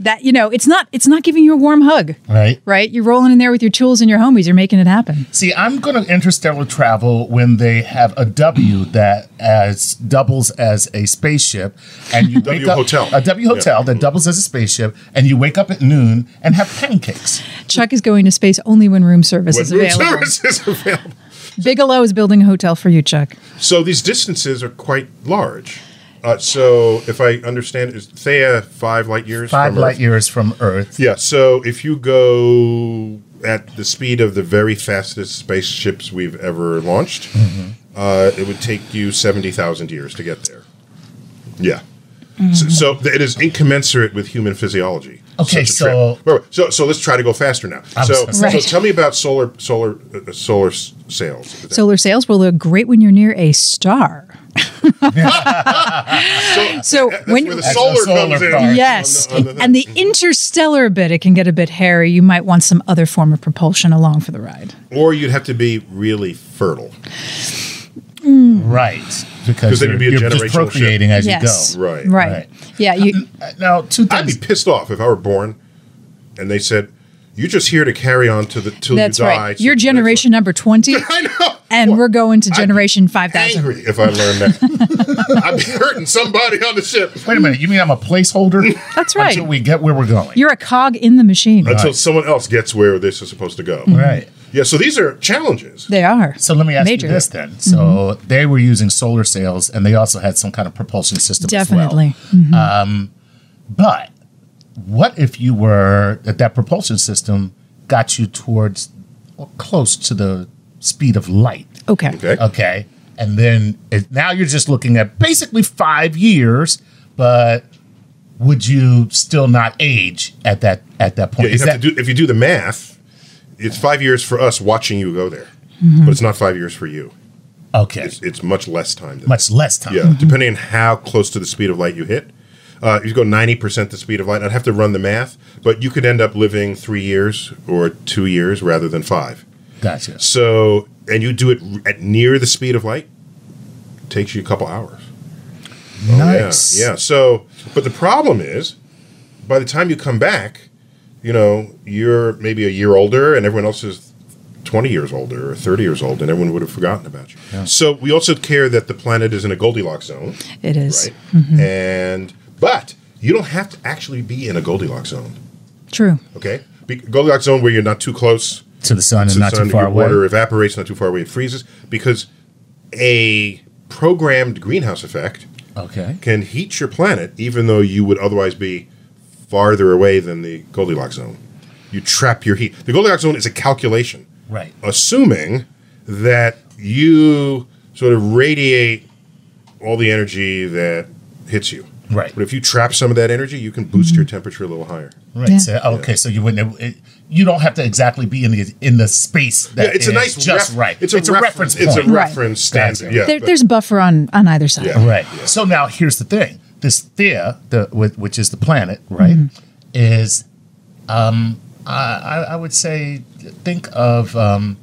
That you know, it's not it's not giving you a warm hug. right. right? You're rolling in there with your tools and your homies. You're making it happen. See, I'm going to interstellar travel when they have a W that as doubles as a spaceship, and you W wake up- hotel. Mm-hmm. a W hotel that doubles as a spaceship, and you wake up at noon and have pancakes. Chuck is going to space only when room service is When room available. service is available. Bigelow is building a hotel for you, Chuck. So these distances are quite large. Uh, so if I understand, is Thea five light years? Five from Earth? light years from Earth. Yeah, so if you go at the speed of the very fastest spaceships we've ever Mm-hmm. launched, uh, it would take you 70,000 years to get there. Yeah. So, so th- it is incommensurate with human physiology. Mm-hmm. Okay, such a trip. so- Wait, wait, so so let's try to go faster now. I'm So, so so Right. tell me about solar solar uh, solar s- sales. Solar sails, well, they're great when you're near a star. so, So that's when where the you- solar, That's comes the solar in. part. on the- Yes. on the thing. and the interstellar bit, it can get a bit hairy. You might want some other form of propulsion along for the ride. or you'd have to be really fertile. Right. Because then you're, you'd be a you're generational just procreating as yes. you go. Right. Right. Right. Yeah. You, Uh, Now, two I'd be things. pissed off if I were born and they said, "You're just here to carry on to the till that's you die." right. so You're the next generation number 20. one- I know. And What? we're going to I'd be generation 5,000. Angry if I learned that. I'd be hurting somebody on the ship Wait a minute. You mean I'm a placeholder? That's right. Until we get where we're going. You're a cog in the machine. until someone else gets where this is supposed to go. right. Yeah. So these are challenges. They are. So let me ask Major. Mm-hmm. you this then. So they were using solar sails and they also had some kind of propulsion system Definitely. as well. Um, but what if you were, that, that propulsion system got you towards or close to the speed of light? Okay. Okay. Okay. And then it, now you're just looking at basically five years, but would you still not age at that at that Yeah, point? you Is have that, to do if you do the math. It's five years for us watching you go there, Mm-hmm. but it's not five years for you. okay. It's, it's much less time. Than much less time. Yeah, depending on how close to the speed of light you hit. Uh, if you go 90% the speed of light, I'd have to run the math, but you could end up living three years or two years rather than five. Gotcha. Oh, So, and you do it r- at near the speed of light, takes you a couple hours. nice. Yeah, yeah. So, but the problem is, by the time you come back, you know, you're maybe a year older, and everyone else is twenty years older or thirty years old, and everyone would have forgotten about you. So we also care that the planet is in a Goldilocks zone, It is. right? Mm-hmm. And but you don't have to actually be in a Goldilocks zone, True. okay? Be- Goldilocks zone where you're not too close To the sun to and the not sun, too far your away. Water evaporates not too far away. It freezes because a programmed greenhouse effect Okay. can heat your planet, even though you would otherwise be farther away than the Goldilocks zone. You trap your heat. The Goldilocks zone is a calculation, Right. assuming that you sort of radiate all the energy that hits you. Right. But if you trap some of that energy, you can boost your temperature a little higher. Right. Yeah. So, okay. So you wouldn't. It, you don't have to exactly be in the in the space that Yeah, it's a is nice just ref- right. It's a, reference. It's a point. Right. reference standard. Gotcha. Yeah, There, but- there's buffer on, on either side. Yeah. Right. So now here's the thing: this Thea, the whi- which is the planet, Mm-hmm. right, is, um, I, I I would say, think of, um,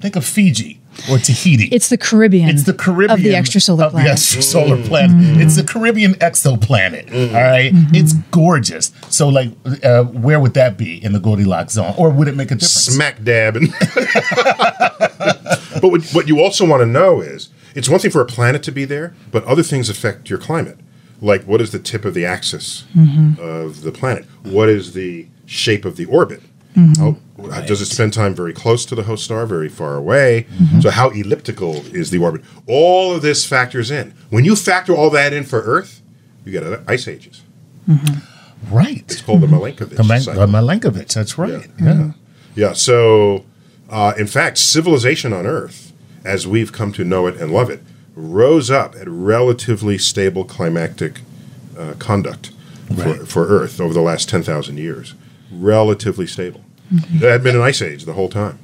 think of Fiji or Tahiti. It's the Caribbean. It's the Caribbean of the extrasolar of the Mm. planet. Mm-hmm. extrasolar planet. It's the Caribbean exoplanet. Mm-hmm. all right, it's gorgeous. So, like, uh, where would that be in the Goldilocks zone, or would it make a difference? smack dab. And but what, what you also want to know is it's one thing for a planet to be there, but other things affect your climate. Like what is the tip of the axis of the planet? What is the shape of the orbit? How, Does it spend time very close to the host star, very far away? So, how elliptical is the orbit? All of this factors in. When you factor all that in for Earth, you get other ice ages. right. It's called the Milankovitch The, Man- cycle. the Milankovitch. That's right. Yeah. Yeah. So, uh, in fact, civilization on Earth, as we've come to know it and love it, rose up at relatively stable climactic uh, conduct for, for Earth over the last 10,000 years. Relatively stable. There had been an ice age the whole time.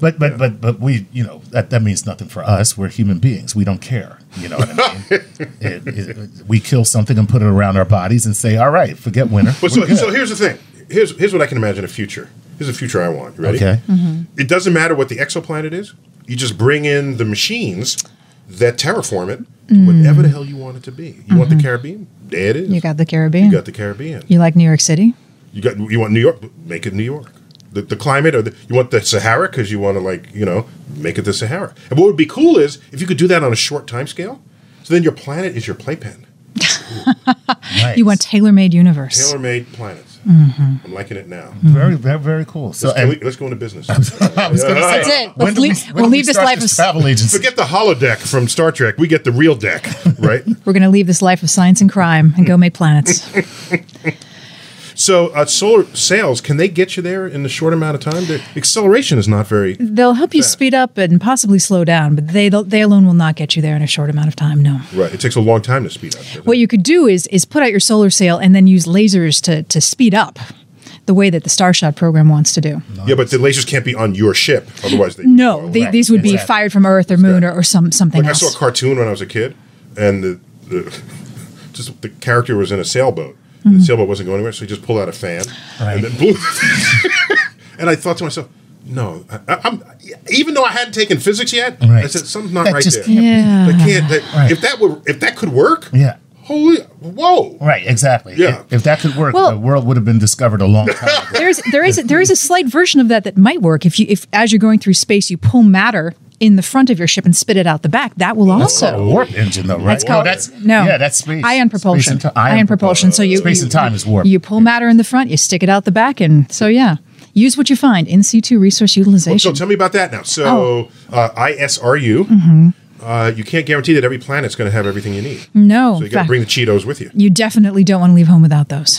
But but but but we you know that that means nothing for us. We're human beings. We don't care. You know what I mean? It- it- we kill something and put it around our bodies and say, "All right, forget winter." But We're so, good." so here's the thing. Here's, here's what I can imagine a future. Here's a future I want. You Ready? okay, Mm-hmm. It doesn't matter what the exoplanet is. You just bring in the machines that terraform it to whatever the hell you want it to be. You want the Caribbean? There it is. You got the Caribbean. You got the Caribbean. You like New York City? You got you want New York, make it New York. The, the climate, or the, you want the Sahara because you want to like you know make it the Sahara. And what would be cool is if you could do that on a short time scale. So then your planet is your playpen, nice. You want tailor made universe. tailor made planets. I'm liking it now. very very very cool. So Let's, can and we, let's go into business. I was gonna say, That's when it. Let's do we- leave, when we'll do we leave this start life of travel agency. Forget the holodeck from Star Trek. We get the real deck, right? Hmm. we're going to leave this life of science and crime and go make planets. So, uh, solar sales can they get you there in a short amount of time? The acceleration is not very. They'll help you speed up and possibly slow down, but they they alone will not get you there in a short amount of time. No. Right. It takes a long time to speed up. doesn't it? What you could do is is put out your solar sail and then use lasers to to speed up, the way that the Starshot program wants to do. Yeah, but the lasers can't be on your ship, otherwise they. No, the- these would be fired from Earth or Moon or, or some something Like I else. saw a cartoon when I was a kid, and the, the just the character was in a sailboat. and Mm-hmm. The sailboat wasn't going anywhere, so he just pulled out a fan and then blew. and I thought to myself, "No, I, I- I'm." Even though I hadn't taken physics yet, I Right. said something's not That right just there. can't Yeah. That can't. That, Right. If that were, if that could work, Yeah. Holy, whoa! Right, exactly. Yeah. If, if that could work, Well- the world would have been discovered a long time ago. there is there is there is a slight version of that that might work if you if as you're going through space you pull matter in the front of your ship and spit it out the back. That will also. a warp engine, though, right? That's called no, that's, no. Yeah, that's space. Ion propulsion. Space and ti- ion, propulsion. So you space you- and time is warp. You pull matter in the front, you stick it out the back, and so yeah, use what you find in C two resource So utilization. tell me about that now. So Oh. uh, ISRU, Mm-hmm. uh, you can't guarantee that every planet's going to have everything you need. Mm, no, So you got to fact- bring the Cheetos with you. you definitely don't want to leave home without those.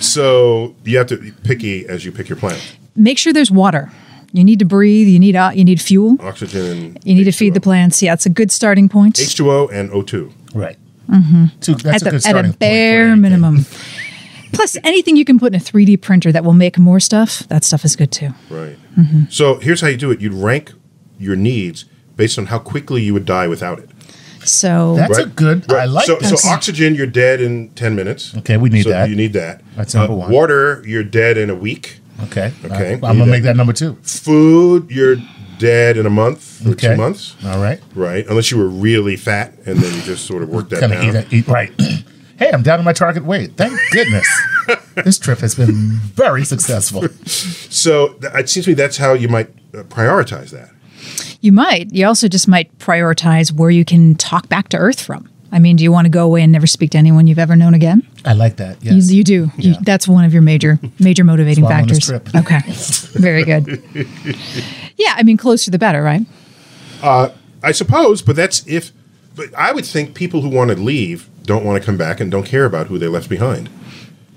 So you have to be picky as you pick your planet. Make sure there's water. You need to breathe. You need out. You need fuel. Oxygen. You need to feed the plants. Yeah, it's a good starting point. H2O and O2. Right. So that's a Mm-hmm. at, good the, at starting a point for bare anything. minimum. Plus, anything you can put in a 3D printer that will make more stuff, that stuff is good too. Right. Mm-hmm. So here's how you do it. You'd rank your needs based on how quickly you would die without it. So, That's a good. I like so, that. so oxygen, you're dead in 10 minutes. Okay, we need So that. You need that. Uh, That's number one. Water, you're dead in a week. okay. Okay. I'm going to make that number two. Food, you're dead in a month or Okay. two months. All right. Right. Unless you were really fat and then you just sort of worked that Kind down. of eat, that- eat right. hey, I'm down to my target weight. Thank goodness. this trip has been very successful. So th- it seems to me that's how you might uh, prioritize that. you might. You also just might prioritize where you can talk back to Earth from. I mean, do you want to go away and never speak to anyone you've ever known again? I like that. You, Yes. you do. You- Yeah. that's one of your major major motivating That's why I'm on this factors. trip. Okay, very good. Yeah, I mean, closer the better, right? I suppose, but that's if. But I would think people who want to leave don't want to come back and don't care about who they left behind.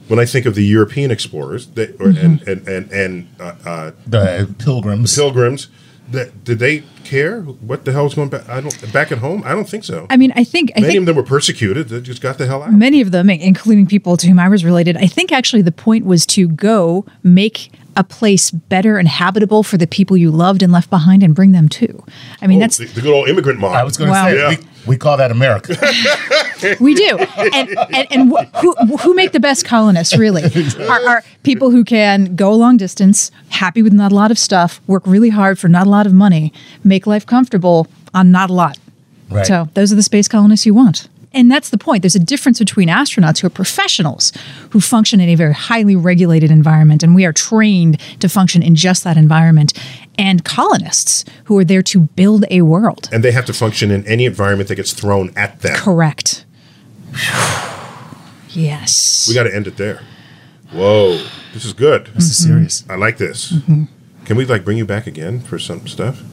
When I think of the European explorers that, or, Mm-hmm. and and and, and uh, uh, the pilgrims. pilgrims, that did they care what the hell's going back? I don't back at home. I don't think so. I mean, I think I Many think of them were persecuted. They just got the hell out. many of them, including people to whom I was related, I think actually the point was to go make a place better and habitable for the people you loved and left behind and bring them too. I mean, Oh, that's the, the good old immigrant mob. I was going to Wow. say Yeah. we, we call that America. we do. And and, and wh- who who make the best colonists really are, are people who can go a long distance, happy with not a lot of stuff, work really hard for not a lot of money, make life comfortable on not a lot. Right. So those are the space colonists you want. And that's the point. There's a difference between astronauts who are professionals who function in a very highly regulated environment, and we are trained to function in just that environment, and colonists who are there to build a world. and they have to function in any environment that gets thrown at them. Correct. yes. We got to end it there. Whoa, this is good. Mm-hmm. This is serious. I like this. Can we like bring you back again for some stuff?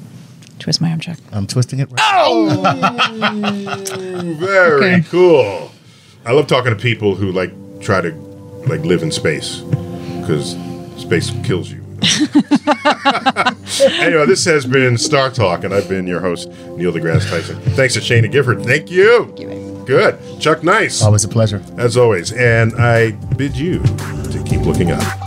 Twist my arm, Chuck. I'm twisting it. Right. Very Okay. cool. I love talking to people who like try to like live in space because space kills you. anyway, this has been Star Talk, and I've been your host Neil deGrasse Tyson. Thanks to Shana Gifford. Thank you. Good, Chuck. Nice Oh. Always a pleasure. as always, and I bid you to keep looking up.